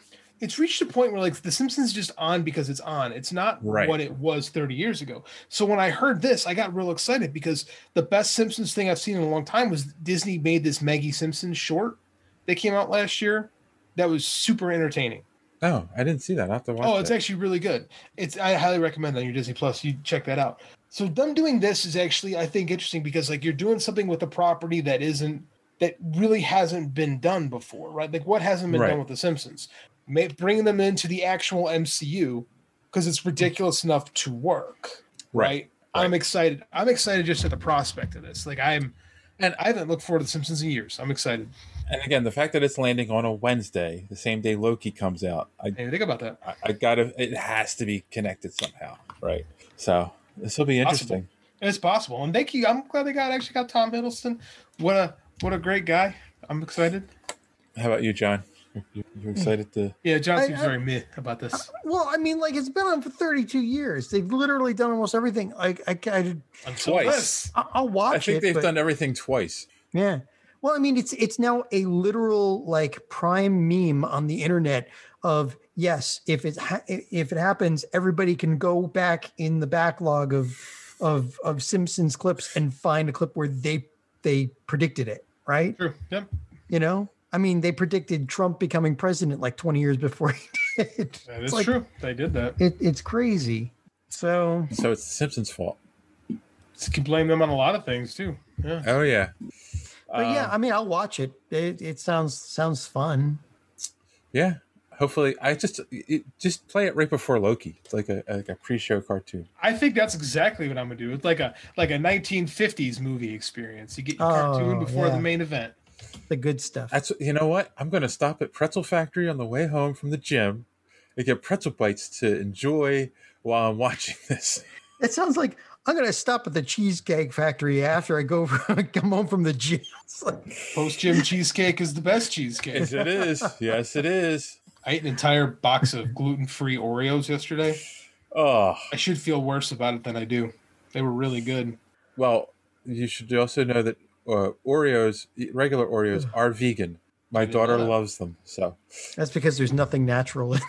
it's reached a point where like the Simpsons is just on because it's on. It's not
Right.
what it was 30 years ago. So when I heard this, I got real excited because the best Simpsons thing I've seen in a long time was Disney made this Maggie Simpson short that came out last year. That was super entertaining.
Oh, I didn't see that. I have to watch.
Oh, it's
that.
actually really good. It's I highly recommend on your Disney Plus. You check that out. So them doing this is actually I think interesting because like you're doing something with a property that isn't that really hasn't been done before, right? Like what hasn't been
Right.
done with the Simpsons, May, bringing them into the actual MCU because it's ridiculous enough to work, right. I'm excited. I'm excited just at the prospect of this. Like I'm,
and
I haven't looked forward to the Simpsons in years. I'm excited.
And again, the fact that it's landing on a Wednesday, the same day Loki comes out, I
think about that.
I, I gotta. It has to be connected somehow, right? So this will be
Possible.
interesting.
It's possible. And thank you. I'm glad they got actually got Tom Hiddleston. What a what a great guy. I'm excited.
How about you, John? You, you excited to?
Yeah, John
I-
seems
I-
very meh about this.
well, I mean, like it's been on for 32 years. They've literally done almost everything. Like I, I,
Twice.
I, I'll watch
I think
it,
they've
but-
done everything twice.
Yeah. Well, I mean, it's it's now a literal like prime meme on the internet of yes, if it ha- if it happens, everybody can go back in the backlog of of of Simpsons clips and find a clip where they they predicted it, right?
True. Yep.
You know, I mean, they predicted Trump becoming president like 20 years before he did.
That
It's
is
like-
true. They did that.
It, it's crazy. So
So it's the Simpsons' fault.
You can blame them on a lot of things too. Yeah.
Oh yeah.
but
Um,
yeah, I mean, I'll watch it. It, it sounds sounds fun.
Yeah. Hopefully, I just it, just play it right before Loki. It's like a like a pre-show cartoon.
I think that's exactly what I'm gonna do. It's like a like a 1950s movie experience. You get your cartoon
Oh,
before
yeah.
the main event.
The good stuff.
That's you know what? I'm gonna stop at Pretzel Factory on the way home from the gym and get pretzel bites to enjoy while I'm watching (laughs) this.
It sounds like I'm gonna stop at the cheesecake factory after I go (laughs) from, come home from the gym. It's like,
Post
(laughs)
gym cheesecake is the best cheesecake.
Yes, it is. Yes, it is.
I ate an entire box of gluten free Oreos yesterday.
Oh,
I should feel worse about it than I do. They were really good.
Well, you should also know that uh, Oreos, regular Oreos, are vegan. My daughter loves them, so
that's because there's nothing natural. in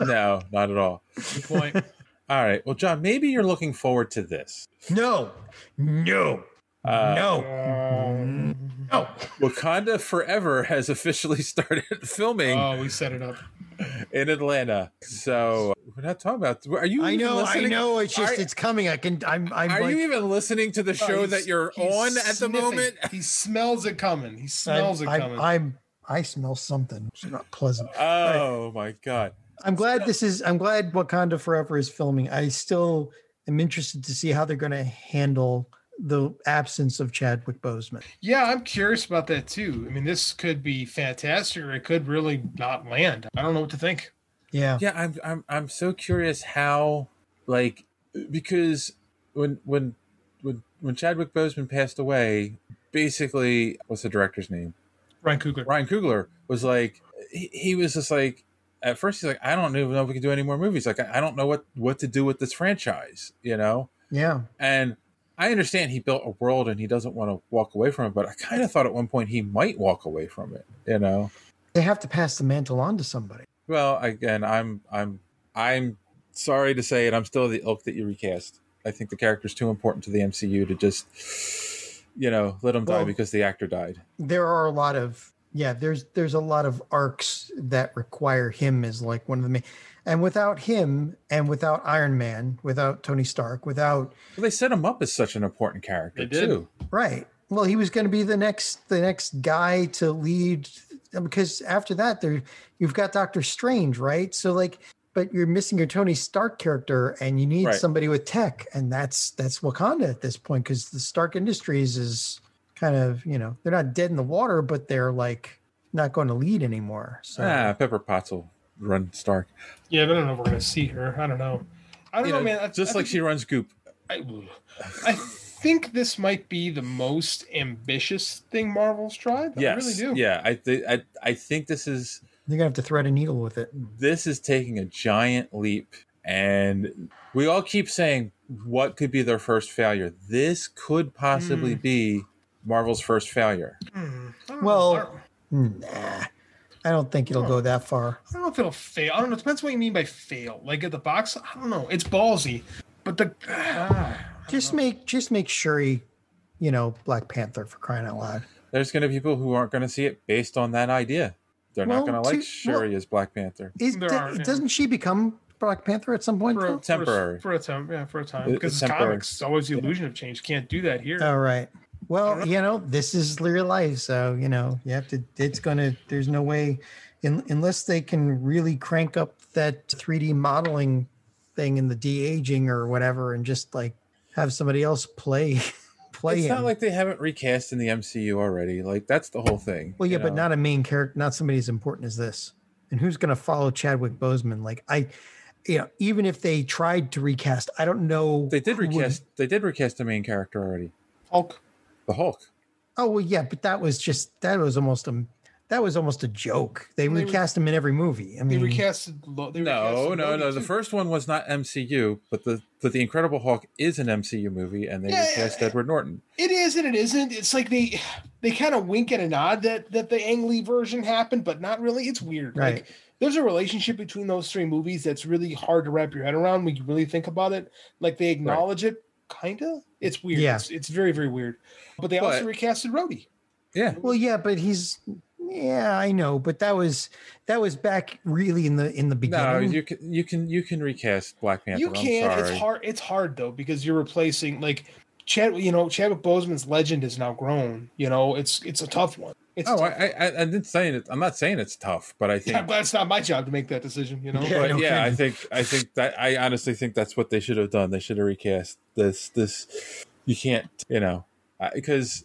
no, not at all. Good
point.
All right. Well, John, maybe you're looking forward to this.
No, no.
Uh,
no.
No. Wakanda Forever has officially (laughs) started filming
Oh, we set it up.
in Atlanta. So we're not talking about. Are you?
I (laughs)
even
know, I
listening?
know. It's just
Are-
it's coming. I can. I'm. I'm
Are
like,
you even listening to the
Oh,
show
he's-
that you're
he's
on at the
sniffing.
moment?
(laughs) He smells it coming. He
I'm,
smells it
I'm-
coming.
I'm- i smell something. It's not pleasant.
Oh my god!
I'm glad this is. I'm glad Wakanda Forever is filming. I still am interested to see how they're going to handle the absence of Chadwick Boseman.
yeah, I'm curious about that too. I mean, this could be fantastic or it could really not land. I don't know what to think.
Yeah.
Yeah, I'm I'm I'm so curious how like because when when when when Chadwick Boseman passed away, basically what's the director's name?
Ryan Coogler.
Ryan Coogler was like he, he was just like at first he's like I don't even know if we can do any more movies. Like I, I don't know what what to do with this franchise, you know?
Yeah.
And I understand he built a world and he doesn't want to walk away from it, but I kind of thought at one point he might walk away from it, you know.
They have to pass the mantle on to somebody.
Well, again, I'm I'm I'm sorry to say it. I'm still the ilk that you recast. I think the character's too important to the MCU to just you know let him die
Well-
because the actor died.
There are a lot of yeah. There's there's a lot of arcs that require him as like one of the main. And without him, and without Iron Man, without Tony Stark, without
Well, they set him up as such an important character
They did.
too.
Right. Well, he was going to be the next the next guy to lead because after that there you've got Doctor Strange, right? So like but you're missing your Tony Stark character and you need
Right.
somebody with tech and that's that's Wakanda at this point cuz the Stark Industries is kind of, you know, they're not dead in the water but they're like not going to lead anymore. So
Ah, Pepper Potts will run Stark.
Yeah, but I don't know if we're going to see her. I don't know. I don't
You
know,
know,
man. I-
just
I
like
think-
she runs Goop.
I, I think this might be the most ambitious thing Marvel's tried. I really
Yes.
do.
Yeah. I, th- I I think this is
they're going to have to thread a needle with it.
this is taking a giant leap and we all keep saying what could be their first failure this could possibly
Hmm.
be marvel's first failure
Hmm. I don't know.
Well-
I don't-
Nah. I don't think it'll go that far.
I don't know if it'll fail. I don't know. It depends what you mean by fail. Like at the box, I don't know. It's ballsy, but the ah,
Just make just make Shuri, you know, Black Panther for crying out loud.
there's going to be people who aren't going to see it based on that idea they're
Well,
not going to like
to-
Shuri as Black Panther.
Is,
There
do-
are, yeah.
Doesn't she become Black Panther at some point?
for a,
though?
Temporary.
for a, for a time. Yeah, for a time
It-
because
it's
it's
temporary.
comics. It's always the illusion of change. Can't do that here.
All right.
don't
Well,
know.
you know, this is real life, so you know you have to. It's gonna. There's no way, in, unless they can really crank up that 3D modeling thing and the de aging or whatever, and just like have somebody else play (laughs) play
It's
him.
not like they haven't recast in the MCU already. Like that's the whole thing.
well, yeah,
you
but
know?
not a main character, not somebody as important as this. And who's gonna follow Chadwick Boseman? Like I, you know, even if they tried to recast, I don't know.
they did
who would-
recast. They did recast the main character already,
Hulk.
the Hulk.
Oh well, yeah, but that was just that was almost a that was almost a joke. They
They re-
recast him in every movie. I
They
mean,
recasted. Lo- they
No,
recasted
no,
Logan
no. The
too.
first one was not MCU, but the but the Incredible Hulk is an MCU movie, and they
Yeah, yeah,
recast Edward Norton.
It is and it isn't. It's like they they kind of wink and a nod that that the Ang Lee version happened, but not really. It's weird.
Right.
Like there's a relationship between those three movies that's really hard to wrap your head around when you really think about it. Like they acknowledge it, kinda. It's weird.
Yeah.
It's, it's very very weird. But they also
But-
recasted Rhodey.
Yeah,
well, yeah, but he's yeah, I know, but that was that was back really in the in the
no,
beginning.
you can you can you can recast Black Panther.
you can.
I'm
It's
sorry.
hard. It's hard though because you're replacing like Chad. You know Chadwick Boseman's legend is now grown. You know it's it's a tough one. It's
Oh,
tough.
I, I I didn't say it. I'm not saying it's tough, but
(laughs)
I think.
I'm glad it's not my job to make that decision. You know.
Yeah.
but
no
yeah, I
kidding.
think I think that I honestly think that's what they should have done. They should have recast this. This you can't, you know, because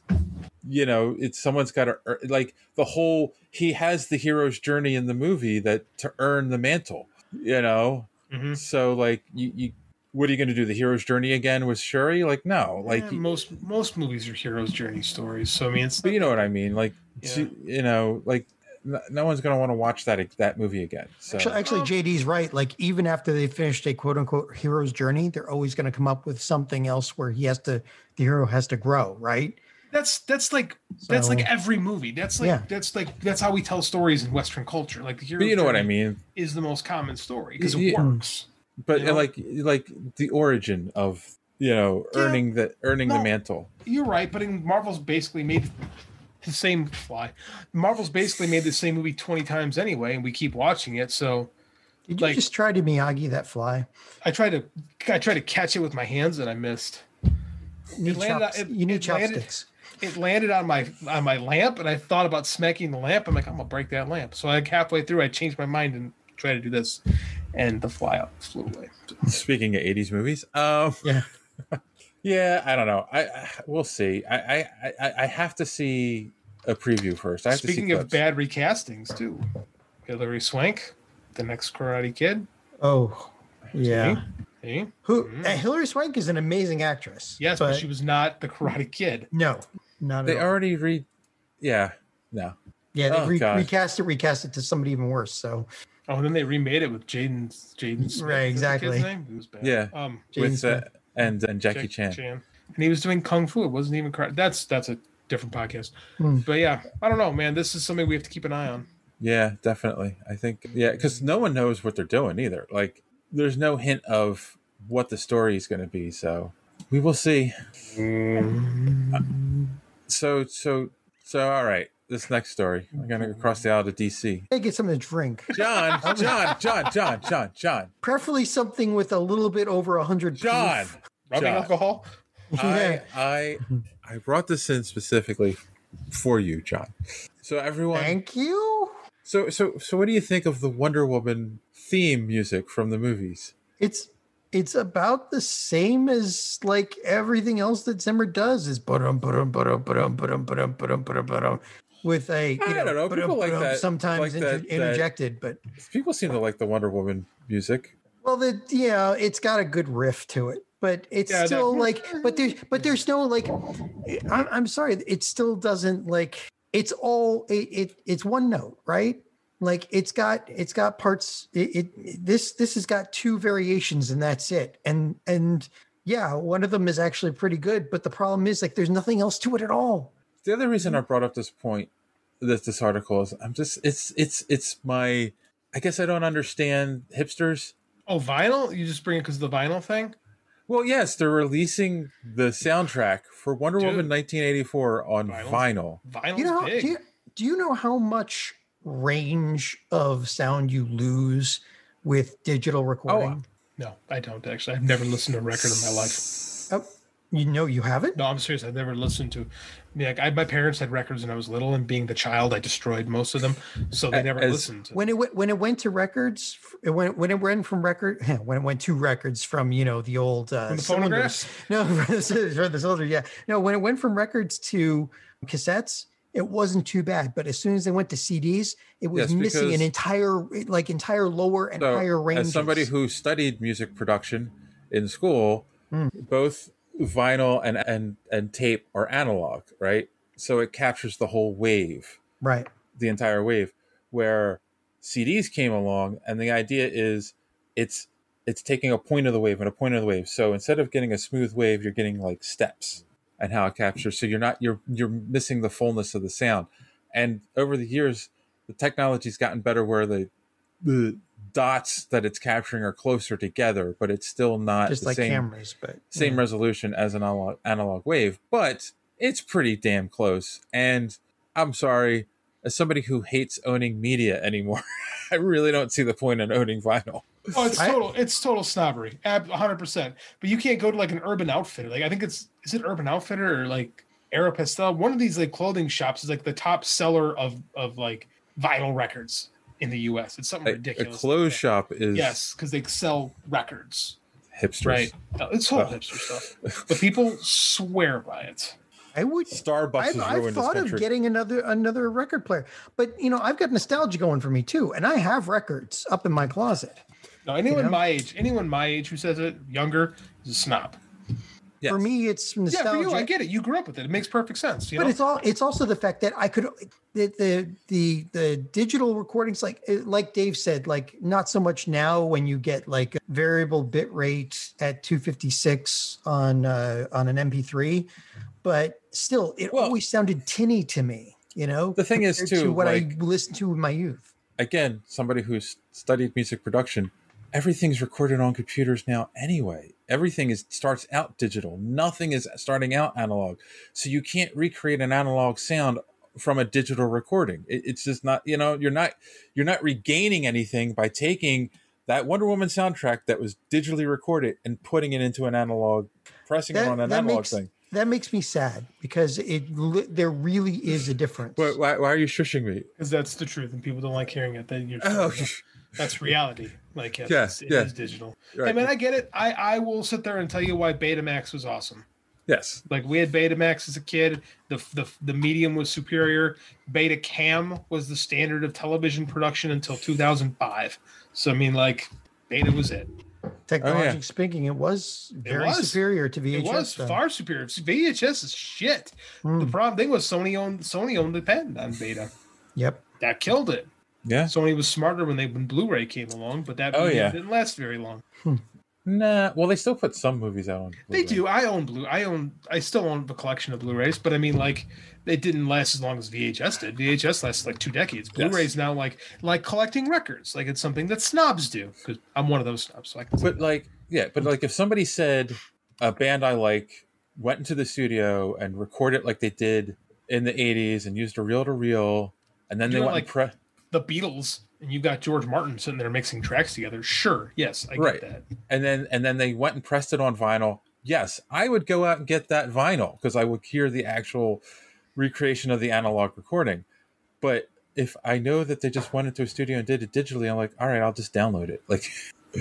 you know it's someone's got to like the whole. He has the hero's journey in the movie that to earn the mantle. You know,
Mhm.
So like you, you what are you going to do? The hero's journey again with Shuri? Like no, like
Yeah, most most movies are hero's journey stories. So I mean, it's
but you know what I mean. Like
Yeah.
she- you know, like no, no one's going to want to watch that e, that movie again. So
Actually, actually,
Um,
JD's right. Like even after they finished a quote unquote hero's journey, they're always going to come up with something else where he has to the hero has to grow, right?
that's that's like that's
So-
like every movie. That's like
Yeah.
that's like that's how we tell stories in Western culture. Like the hero,
but you know what I
journey
mean.
is the most common story because it
Yeah.
works.
But
You know?
like like the origin of you know, earning the earning the
no.
mantle.
You're right, but in Marvel's basically made the same fly. Marvel's basically made the same movie twenty times anyway, and we keep watching it. So,
Did you just try to Miyagi that fly?
I tried to I tried to catch it with my hands and I missed.
You need,
It landed
chops-
on- it-
you need
it landed-
chopsticks.
It landed on my on my lamp, and I thought about smacking the lamp. I'm like, I'm gonna break that lamp. So like halfway through, I changed my mind and tried to do this, and the fly out flew away.
Speaking of '80s movies, um,
yeah,
yeah, I don't know. I, I we'll see. I, I I I have to see a preview first. I have
Speaking
to see
of bad recastings, too, Hilary Swank, the next Karate Kid.
Oh, yeah.
See?
Who? uh, Hilary Swank is an amazing actress.
Yes, but, she was not the Karate Kid.
No, not
They
at all.
already read. Yeah, no.
Yeah, they
Oh,
re-
God.
recast it, recast it to somebody even worse. So
Oh, and then they remade it with Jaden. Jaden. Smith,
Right,
is that the kid's
exactly.
name? It was bad.
Yeah,
Um,
with uh, and and Jackie, Chan.
And he was doing kung fu. It wasn't even karate. That's that's a different podcast.
Hmm.
But yeah, I don't know, man. This is something we have to keep an eye on.
Yeah, definitely. I think yeah, because no one knows what they're doing either. Like, there's no hint of what the story is going to be. So we will see. So so so. All right, this next story. I'm going to across the aisle to DC.
they get something to drink, (laughs)
John, John, John, John, John, John,
preferably something with a little bit over hundred. (laughs)
John.
Rubbing
John.
alcohol.
I, I I brought this in specifically for you, John. So everyone,
thank you.
So so so, what do you think of the Wonder Woman theme music from the movies?
It's it's about the same as like everything else that Zimmer does is ba-dum, ba-dum, ba-dum, ba-dum, ba-dum, ba-dum, ba-dum, ba-dum, ba-dum, with a you
I
know,
don't know, people
ba-dum,
like
ba-dum
that-
sometimes
like
inter-
that- that-
interjected, but
People seem to like the Wonder Woman music.
Well, the yeah, it's got a good riff to it, but it's
Yeah, that-
still like, but there's but there's no like, eh, I'm, I'm sorry, it still doesn't like. It's all it, it it's one note, right? Like it's got it's got parts. It, it this this has got two variations and that's it. And and yeah, one of them is actually pretty good, but the problem is like there's nothing else to it at all.
The other reason I brought up this point, this this article is I'm just it's it's it's my I guess I don't understand hipsters.
Oh, vinyl? You just bring it because of the vinyl thing?
Well, yes, they're releasing the soundtrack for Wonder
Dude.
Woman 1984 on vinyl.
Vinyl's
you know, how-
big.
Do, you, do you know how much range of sound you lose with
Oh,
digital recording?
No, I don't actually. I've never listened to a record in my life.
Oh, you know you haven't?
No, I'm serious. I've never listened to. Yeah, like, I, my parents had records when I was little, and being the child, I destroyed most of them, so they never listened.
When it went, when it went to records, it went, when it went from record, (laughs) when it went to records from you know the old uh,
From the
cylinders. (laughs) No, from the, from the cylinder, yeah. No, when it went from records to cassettes, it wasn't too bad. But as soon as they went to CDs, it was
Yes,
missing
because-
an entire like entire lower and
So,
higher range.
as somebody who studied music production in school,
Hmm.
both vinyl and, and and tape are analog, right? So it captures the whole wave.
right?
the entire wave where CDs came along and the idea is it's it's taking a point of the wave and a point of the wave. So instead of getting a smooth wave, you're getting like steps and how it captures. So you're not you're you're missing the fullness of the sound. And over the years, the technology's gotten better where the the dots that it's capturing are closer together, but it's still not
Just
the
like
same
cameras, but
same resolution as an analog, analog wave, but it's pretty damn close. And I'm sorry, as somebody who hates owning media anymore, (laughs) I really don't see the point in owning vinyl.
Oh, it's total. it's total snobbery, ab hundred percent. But you can't go to like an Urban Outfitter. Like I think it's is it Urban Outfitter or like Aeropostale? One of these like clothing shops is like the top seller of of like vinyl records in the U.S. It's something
A, a
ridiculous.
clothes shop is
yes, because they sell records,
hipsters.
right? No, It's whole
Oh.
hipster stuff, but people swear by it.
I would.
Starbucks
I've,
has
I've
ruined this
thought of
country.
getting another another record player, but you know I've got nostalgia going for me too, and I have records up in my closet.
No, anyone
You know?
my age, anyone my age who says it younger is a snob.
For me, it's
Yeah,
nostalgia.
for you, I get it. You grew up with it. It makes perfect sense. You
but
know?
it's all it's also the fact that I could the the the, the digital recordings like like Dave said like not so much now when you get like variable bit rate at 256 on uh, on an MP3 but still it always sounded tinny to me you know
The thing is,
compared to
too,
what
like-
I listened to in my youth
Again, somebody who's studied music production, everything's recorded on computers now anyway. everything is starts out digital. Nothing is starting out analog, so you can't recreate an analog sound from a digital recording. It, it's just not you know you're not you're not regaining anything by taking that Wonder Woman soundtrack that was digitally recorded and putting it into an analog, pressing it on an analog
makes,
thing.
That makes me sad because it li- there really is a difference.
But why, why are you shushing me?
because that's the truth, and people don't like hearing it. That you're
Oh, (laughs)
that's reality. Like yes,
Yeah,
it's- it is
yeah.
digital.
Right.
I mean, I get it. I I will sit there and tell you why Betamax was awesome.
Yes.
Like we had Betamax as a kid. The the the medium was superior. Beta Cam was the standard of television production until 2005. So I mean, like Beta was it.
Technology speaking, it was very
was.
superior to VHS.
It was
then.
far superior. VHS is shit. The
Mm.
problem thing was Sony owned Sony owned the patent on Beta.
Yep.
That killed it.
Yeah.
Sony was smarter when they when Blu-ray came along, but that
Oh,
medium
yeah.
didn't last very long.
Nah. Well, they still put some movies out on.
They do. I own blue. I own. I still own a collection of Blu-rays, but I mean, like, it didn't last as long as VHS did. VHS lasted like two decades.
Yes.
Blu-rays now, like, like collecting records, like it's something that snobs do. Because I'm one of those snobs. So I can.
But like, yeah. But like, if somebody said a band I like went into the studio and recorded like they did in the '80s and used a reel-to-reel, and then
You're
they went
like-
and pre-
The Beatles, and you've got George Martin sitting there mixing tracks together. Sure. Yes, I get
Right.
that.
and then and then they went and pressed it on vinyl. Yes, I would go out and get that vinyl because I would hear the actual recreation of the analog recording. But if I know that they just went into a studio and did it digitally, I'm like, all right, I'll just download it. Like, (laughs)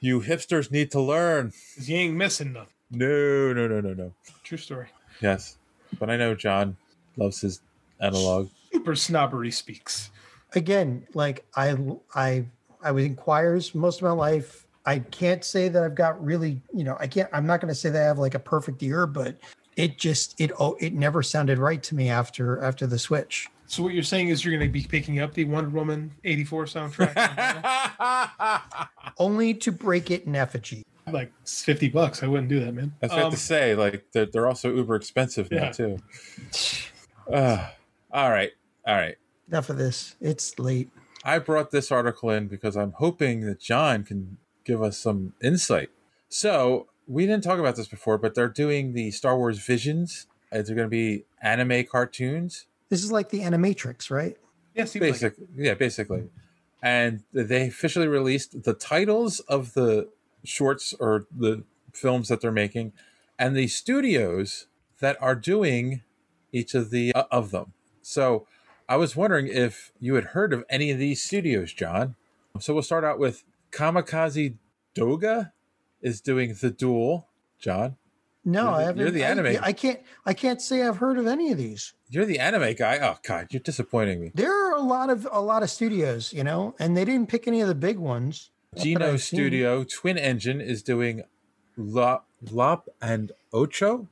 you hipsters need to learn.
'Cause you ain't missing nothing.
No, no, no, no, no.
True story.
Yes, but I know John loves his
(laughs)
analog.
Super snobbery speaks.
again, like I I I was in choirs most of my life. I can't say that I've got really, you know, I can't I'm not going to say that I have like a perfect ear, but it just it oh it never sounded right to me after after the switch.
So what you're saying is you're going to be picking up the Wonder Woman
(laughs)
'84 soundtrack,
Only to break it in effigy.
like it's fifty bucks. I wouldn't do that, man.
That's what I have
Um,
to say. Like they're, they're also uber expensive now
Yeah.
too. Ah, all right, all right.
Enough of this. It's late.
I brought this article in because I'm hoping that John can give us some insight. So we didn't talk about this before, but they're doing the Star Wars Visions. Uh, They're going to be anime cartoons,
This is like the animatrix, right?
Yeah, seems like
basically. yeah, basically. And they officially released the titles of the shorts or the films that they're making, and the studios that are doing each of the uh, of them. So I was wondering if you had heard of any of these studios, John. So we'll start out with Kamikaze Doga is doing The Duel. John,
No,
You're the-
I haven't.
you're the
I-
anime.
I, can't. I can't say I've heard of any of these.
you're the anime guy. Oh God, you're disappointing me.
There are a lot of a lot of studios, you know, and they didn't pick any of the big ones. Not that
Geno
I've seen.
Studio Twin Engine is doing Lop, Lop and Ocho.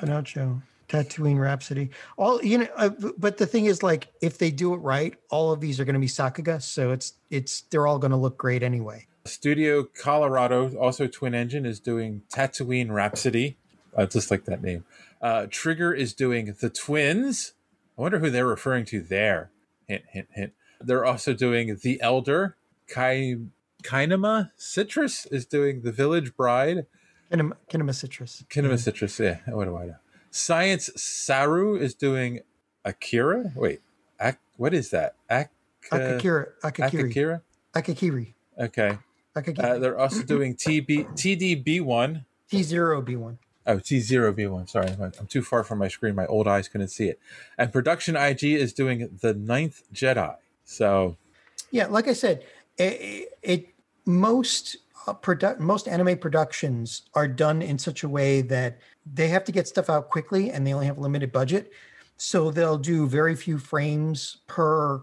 Pinocchio, Tatooine Rhapsody. All you know, uh, b- but the thing is, like, if they do it right, all of these are going to be Sakuga, so it's it's they're all going to look great anyway.
Studio Colorado, also Twin Engine, is doing Tatooine Rhapsody. I just like that name. Uh, Trigger is doing The Twins. I wonder who they're referring to there. Hint, hint, hint. They're also doing The Elder. Kai, Kinema Citrus is doing The Village Bride.
Kinema, Kinema Citrus.
Kinema Citrus, yeah. What do I know? Science Saru is doing Akira. Wait, Ak- what is that? Ak- uh,
Akakira, Akakiri,
Akakira?
Akakiri,
Okay. Uh,
Akakiri.
they're also doing TB, TDB1.
T zero B one.
Oh, T0B1. Sorry, I'm I'm too far from my screen. My old eyes couldn't see it. And Production IG is doing The Ninth Jedi. So,
Yeah, like I said, it, it most uh, produ- most anime productions are done in such a way that they have to get stuff out quickly and they only have limited budget, so they'll do very few frames per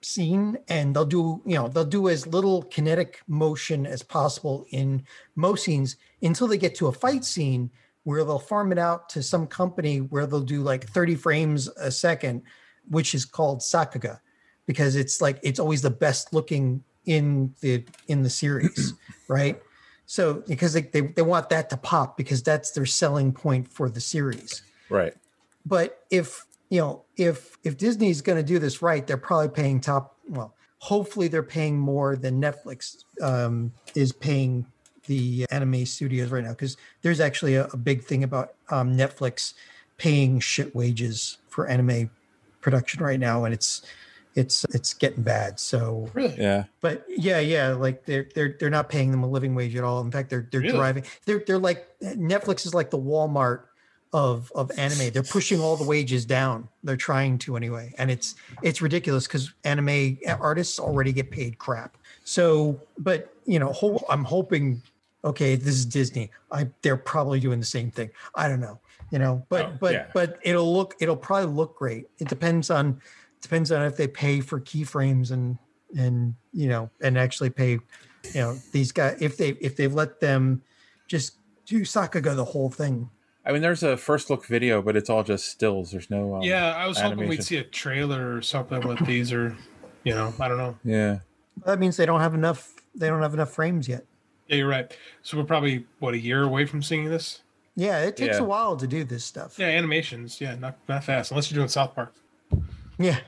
scene and they'll do you know they'll do as little kinetic motion as possible in most scenes until they get to a fight scene where they'll farm it out to some company where they'll do like 30 frames a second which is called sakuga because it's like it's always the best looking in the in the series right so because they, they, they want that to pop because that's their selling point for the series
right.
but if you know if if disney's going to do this right they're probably paying top well hopefully they're paying more than netflix um, is paying the anime studios right now because there's actually a, a big thing about um, Netflix paying shit wages for anime production right now, and it's it's it's getting bad. So
really,
yeah.
But yeah, yeah, like they're they're they're not paying them a living wage at all. In fact, they're they're
Really?
driving. They're they're like Netflix is like the Walmart of of anime. They're pushing all the wages down. They're trying to anyway, and it's it's ridiculous because anime artists already get paid crap. So, but you know, ho- I'm hoping. Okay, this is Disney. I they're probably doing the same thing. I don't know, you know, but
Oh,
but
yeah.
but it'll look it'll probably look great. It depends on depends on if they pay for keyframes and and you know and actually pay you know these guys if they if they've let them just do Sakuga the whole thing.
I mean, there's a first look video, but it's all just stills. There's no. Um,
yeah, I was hoping we'd
animation.
see a trailer or something with these, or you know, I don't know.
Yeah.
That means they don't have enough they don't have enough frames yet.
Yeah, you're right. So we're probably what a year away from seeing this.
Yeah, it takes
Yeah.
a while to do this stuff.
Yeah, animations. Yeah, not not fast unless you're doing South Park.
Yeah.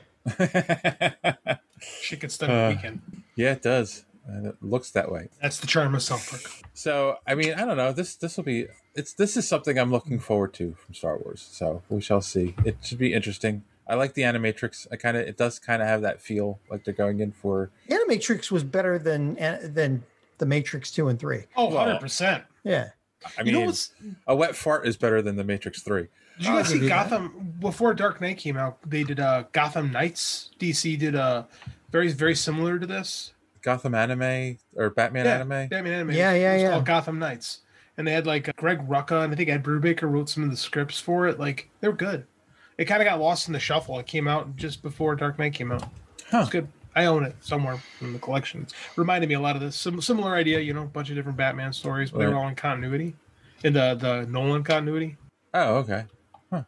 Shit gets done
Uh,
in a weekend.
Yeah, it does. And it looks that way.
That's the charm of South Park.
So I mean, I don't know. This this will be it's this is something I'm looking forward to from Star Wars. So we shall see. It should be interesting. I like the animatrix. I kind of it does kind of have that feel like they're going in for
Animatrix was better than than the Matrix 2 and 3.
Oh, 100%.
Yeah.
I
You
mean,
know what's-
a wet fart is better than the Matrix Three.
Did you guys see Gotham before Dark Knight came out? They did uh, Gotham Knights. DC did uh, very very similar to this.
Gotham anime or Batman anime?
Batman anime.
Yeah, yeah,
It was
yeah.
Called Gotham Knights, and they had like uh, Greg Rucka and I think Ed Brubaker wrote some of the scripts for it. Like they were good. It kind of got lost in the shuffle. It came out just before Dark Knight came out. It's good. I own it somewhere in the collection. It's reminded me a lot of this sim- similar idea. You know, a bunch of different Batman stories, but they were
Right.
all in continuity, in the the Nolan continuity.
Oh, okay. Huh.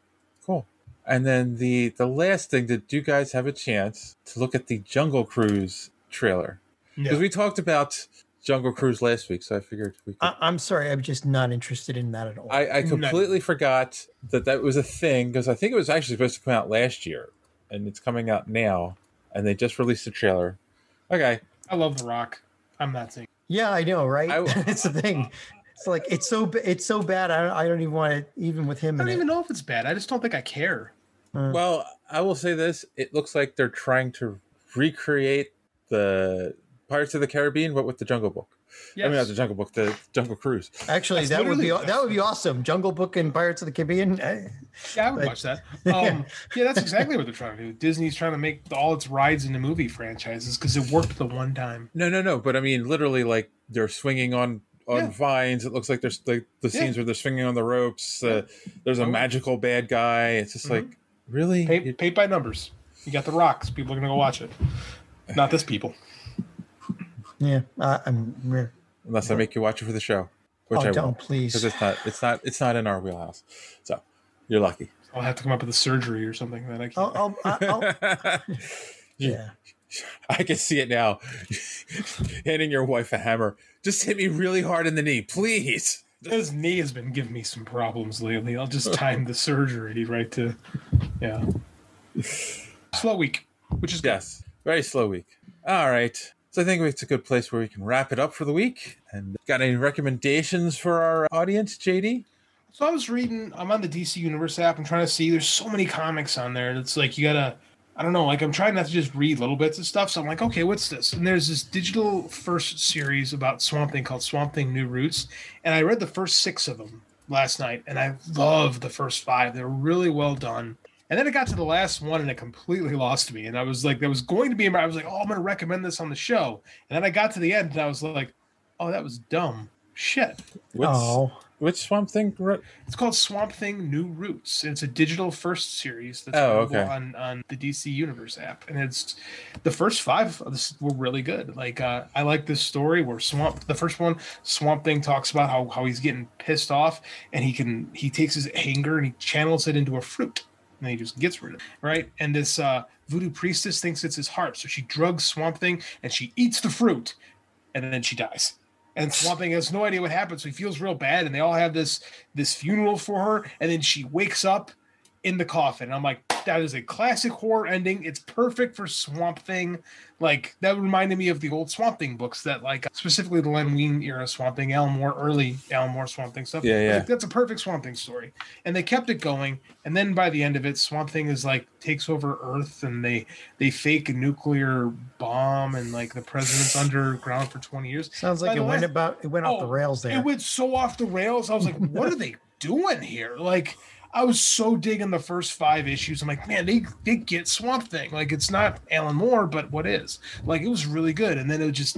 Cool. And then the the last thing, did you guys have a chance to look at the Jungle Cruise trailer? Because we talked about Jungle Cruise last week, so I figured we could.
I, I'm sorry, I'm just not interested in that at all.
I, I completely forgot that that was a thing because I think it was actually supposed to come out last year, and it's coming out now, and they just released the trailer. Okay,
I love The Rock. I'm not saying.
Yeah, I know, right? (laughs) it's the thing. It's like it's so ba- it's so bad. I don't, I don't even want it, even with him.
I
In
don't
it.
even know if it's bad. I just don't think I care.
Well, I will say this: it looks like they're trying to recreate the Pirates of the Caribbean, but with the Jungle Book. I mean, not
Yes.
the Jungle Book, the Jungle Cruise.
Actually,
That's
that would be
literally-
that would be awesome. Jungle Book and Pirates of the Caribbean. eh,
Yeah, I would
But-
watch that. Um, yeah, that's exactly what they're trying to do. Disney's trying to make all its rides into movie franchises because it worked the one time.
No, no, no. But I mean, literally, like they're swinging on on
Yeah.
vines. It looks like there's like the
Yeah. Oh,
scenes where they're swinging on the ropes. Uh, there's a magical bad guy. It's just
Mm-hmm.
like really
paint, paint by numbers. You got the rocks. People are gonna go watch it. Not this people.
Yeah, I I'm.
unless I make you watch it for the show, which
Oh,
I will,
don't, please.
because it's not it's not it's not in our wheelhouse. So you're lucky. (laughs)
I'll have to come up with a surgery or something that I can't.
(laughs) I'll,
(laughs) yeah. I can see it now. (laughs) Handing your wife a hammer. Just hit me really hard in the knee, please.
His knee has been giving me some problems lately. I'll just time the surgery right to, yeah. Slow week, which is
yes, very slow week. All right, so I think it's a good place where we can wrap it up for the week. And got any recommendations for our audience, JD?
So I was reading. I'm on the DC Universe app. I'm trying to see. There's so many comics on there. It's like you gotta. I don't know. Like I'm trying not to just read little bits of stuff. So I'm like, okay, what's this? And there's this digital first series about Swamp Thing called Swamp Thing New Roots. And I read the first six of them last night, and I love the first five. They're really well done. And then it got to the last one, and it completely (laughs) lost me. And I was like, that was going to be. I was like, oh, I'm gonna recommend this on the show. And then I got to the end, and I was like, oh, that was dumb. Shit.
Which,
Oh.
which Swamp Thing? re-
It's called Swamp Thing New Roots, and it's a digital first series that's
Oh,
available
okay.
on, on the DC Universe app. And it's the first five of this were really good. Like uh, I like this story where Swamp the first one, Swamp Thing talks about how, how he's getting pissed off and he can he takes his anger and he channels it into a fruit. And he just gets rid of it. Right. And this uh, voodoo priestess thinks it's his heart. So she drugs Swamp Thing and she eats the fruit and then she dies. And Swamp Thing has no idea what happened, so he feels real bad. And they all have this this funeral for her, and then she wakes up in the coffin. I'm like, that is a classic horror ending. It's perfect for Swamp Thing. Like that reminded me of the old Swamp Thing books that like specifically the Len Wein era Swamp Thing, Elmore early Elmore Swamp Thing stuff.
Yeah,
I was
yeah.
like, that's a perfect Swamp Thing story. And they kept it going. And then by the end of it, Swamp Thing is like takes over Earth and they they fake a nuclear bomb and like the president's underground for 20 years.
Sounds
By
like it
the
went
last-
about it went off the
Oh,
rails there.
it went so off the rails. I was like, what
(laughs)
are they doing here? Like, I was so digging the first five issues. I'm like, man, they, they get Swamp Thing. Like, it's not Alan Moore, but what is? Like, it was really good. And then it just,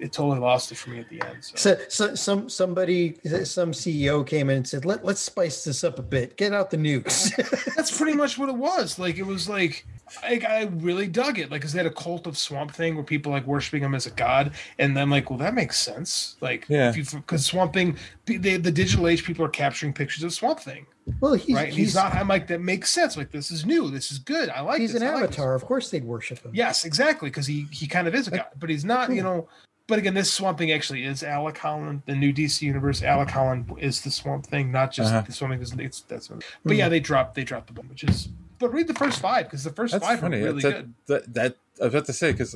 it totally lost it for me at the end. So,
So, so some somebody some CEO came in and said, Let, let's spice this up a bit. Get out the nukes.
that's pretty much what it was. Like, it was like, I, I really dug it. Like, is that a cult of Swamp Thing where people like worshiping him as a god? And then, like, well, that makes sense. Like,
Yeah.
because Swamp Thing, the, the, the digital age people are capturing pictures of Swamp Thing.
(laughs) well, he's,
right? And he's, not. I'm like, that makes sense. Like, this is new. This is good. I like.
he's
this.
an
I like this.
avatar. Of course they'd worship him.
Yes, exactly. Because he he kind of is a god, but he's not. You know. But again, this Swamp Thing actually is Alec Holland, the new DC universe. Alec Holland is the Swamp Thing, not just
Uh-huh. Hmm.
the Swamp Thing. 'cause It's, that's what, but yeah, they dropped they dropped the bomb, which is. But read the first five because the first
That's
five
funny.
are really
that,
good.
That, that I was about to say because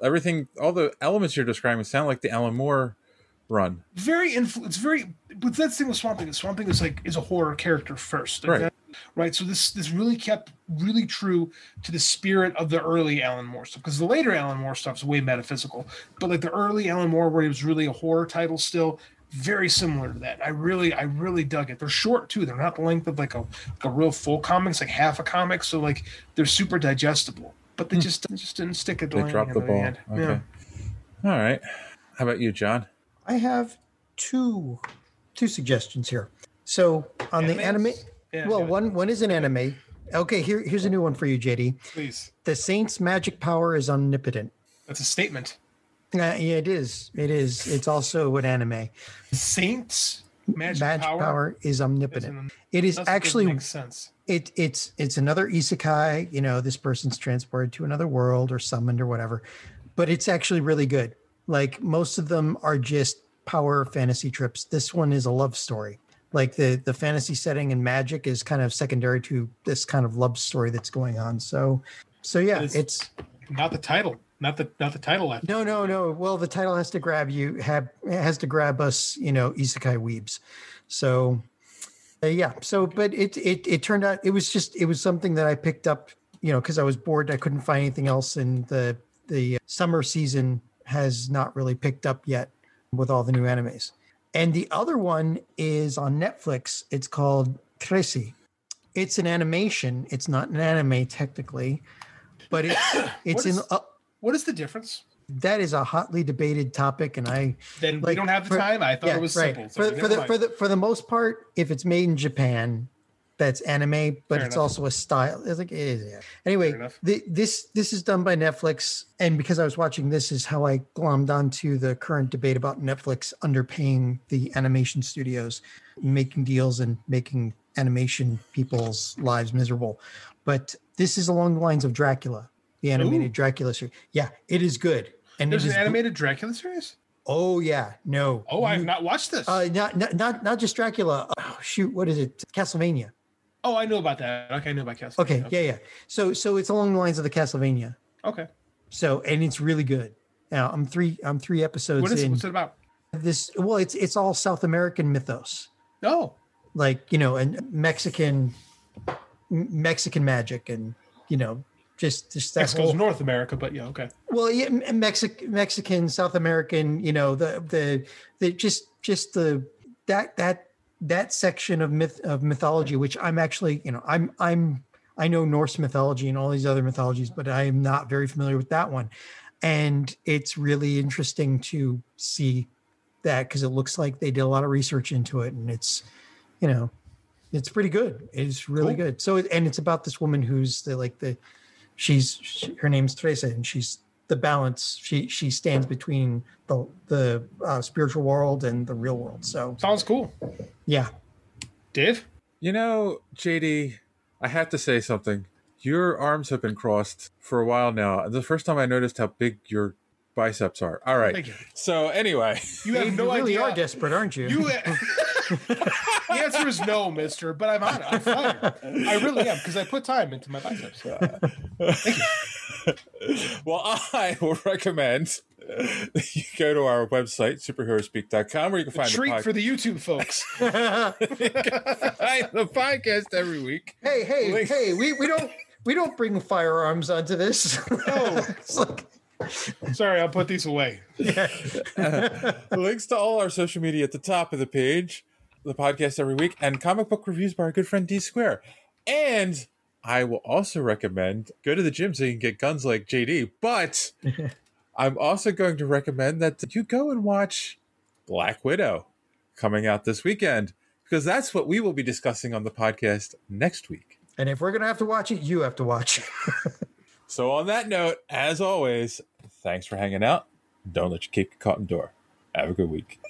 everything, all the elements you're describing sound like the Alan Moore run.
very influ- it's very but that's the thing with swamp thing swamp thing is like is a horror character first
Right.
that- right so this this really kept really true to the spirit of the early alan moore stuff because the later alan moore stuff's way metaphysical but like the early alan moore where it was really a horror title still very similar to that i really i really dug it they're short too they're not the length of like a, like a real full comic it's like half a comic so like they're super digestible but they just they just didn't stick it to
Hmm. They dropped the ball.
end.
Okay.
yeah
All right. How about you, John?
I have two two suggestions here. So on the anime,
Yeah,
well,
do it.
one one is an anime. Okay, here here's a new one for you, JD.
please
The Saint's magic power is omnipotent.
that's a statement
Uh, yeah, it is. It is. It's also an anime.
Saints magic,
Magic power,
power.
is omnipotent.
an-
it is
That's- that
actually
makes sense.
it it's it's another isekai. You know, this person's transported to another world or summoned or whatever. But it's actually really good. Like most of them are just power fantasy trips. This one is a love story. Like the the fantasy setting and magic is kind of secondary to this kind of love story that's going on. So so yeah,
It's-
it's
Not the title. Not the not the title left.
(laughs) no, no, no. Well, the title has to grab you. Have has to grab us. You know, isekai weebs. So, uh, yeah. So, but it it it turned out it was just it was something that I picked up. You know, because I was bored, I couldn't find anything else, and the the uh, summer season has not really picked up yet with all the new animes. And the other one is on Netflix. It's called Cresi. It's an animation. It's not an anime technically, but it's it's
(coughs) What
in.
is-
Uh,
What is the difference?
that is a hotly debated topic, and I
Then we
Like,
don't have the
for-
time. I thought
yeah,
it was
right.
simple. so
For, for
never
the
mind.
for the for the most part, if it's made in Japan, that's anime, but
Fair
it's
enough.
also a style. It's like it is. Yeah. Anyway,
enough.
the, this this is done by Netflix, and because I was watching this, is how I glommed onto the current debate about Netflix underpaying the animation studios, making deals and making animation people's lives miserable. But this is along the lines of Dracula, the animated Dracula series. Yeah, it is good. And
There's
it
an
is
animated Dracula series.
Oh yeah, no.
Oh, I've
You-
not watched this.
uh, not, not not not just Dracula. Oh, shoot, what is it? Castlevania.
oh, I knew about that. Okay, I knew about Castle.
Okay, yeah, yeah. So so it's along the lines of the Castlevania.
Okay.
So and it's really good. Now I'm three I'm three episodes
What is it?
in.
What's it about?
This well, it's it's all South American mythos,
No.
like you know, and Mexican M- Mexican magic, and you know, just just that
Mexico's
whole
North America, but yeah, okay.
well yeah mexican mexican south american you know the the the just just the that that that section of myth of mythology which i'm actually you know i'm i'm i know norse mythology and all these other mythologies but i am not very familiar with that one and it's really interesting to see that because it looks like they did a lot of research into it and it's you know it's pretty good it's really
Cool.
good so and it's about this woman who's the like the she's she, her name's Teresa, and she's the balance. She she stands between the the uh, spiritual world and the real world. So
Sounds cool.
yeah,
Dave?
You know, JD, I have to say something. Your arms have been crossed for a while now. The first time I noticed how big your biceps are. All right.
Thank you.
So anyway, (laughs)
You have
Dave,
no
you really
idea.
are desperate, aren't you?
You (laughs) the answer is no, Mister. But I'm on it. I'm fired. I really am because I put time into my biceps.
well, I will recommend that you go to our website, superheroespeak.com, where you can
A
find
treat
the podcast.
for the YouTube folks.
find (laughs) the podcast every week.
Hey, hey,
Links.
hey, we, we don't we don't bring firearms onto this. (laughs)
Sorry, I'll put these away.
(laughs) links to all our social media at the top of the page, the podcast every week, and comic book reviews by our good friend D Square. And I will also recommend go to the gym so you can get guns like JD. But I'm also going to recommend that you go and watch Black Widow coming out this weekend because that's what we will be discussing on the podcast next week.
and if we're gonna have to watch it, you have to watch it.
So, on that note, as always, thanks for hanging out. Don't let your cape get caught in the door. Have a good week.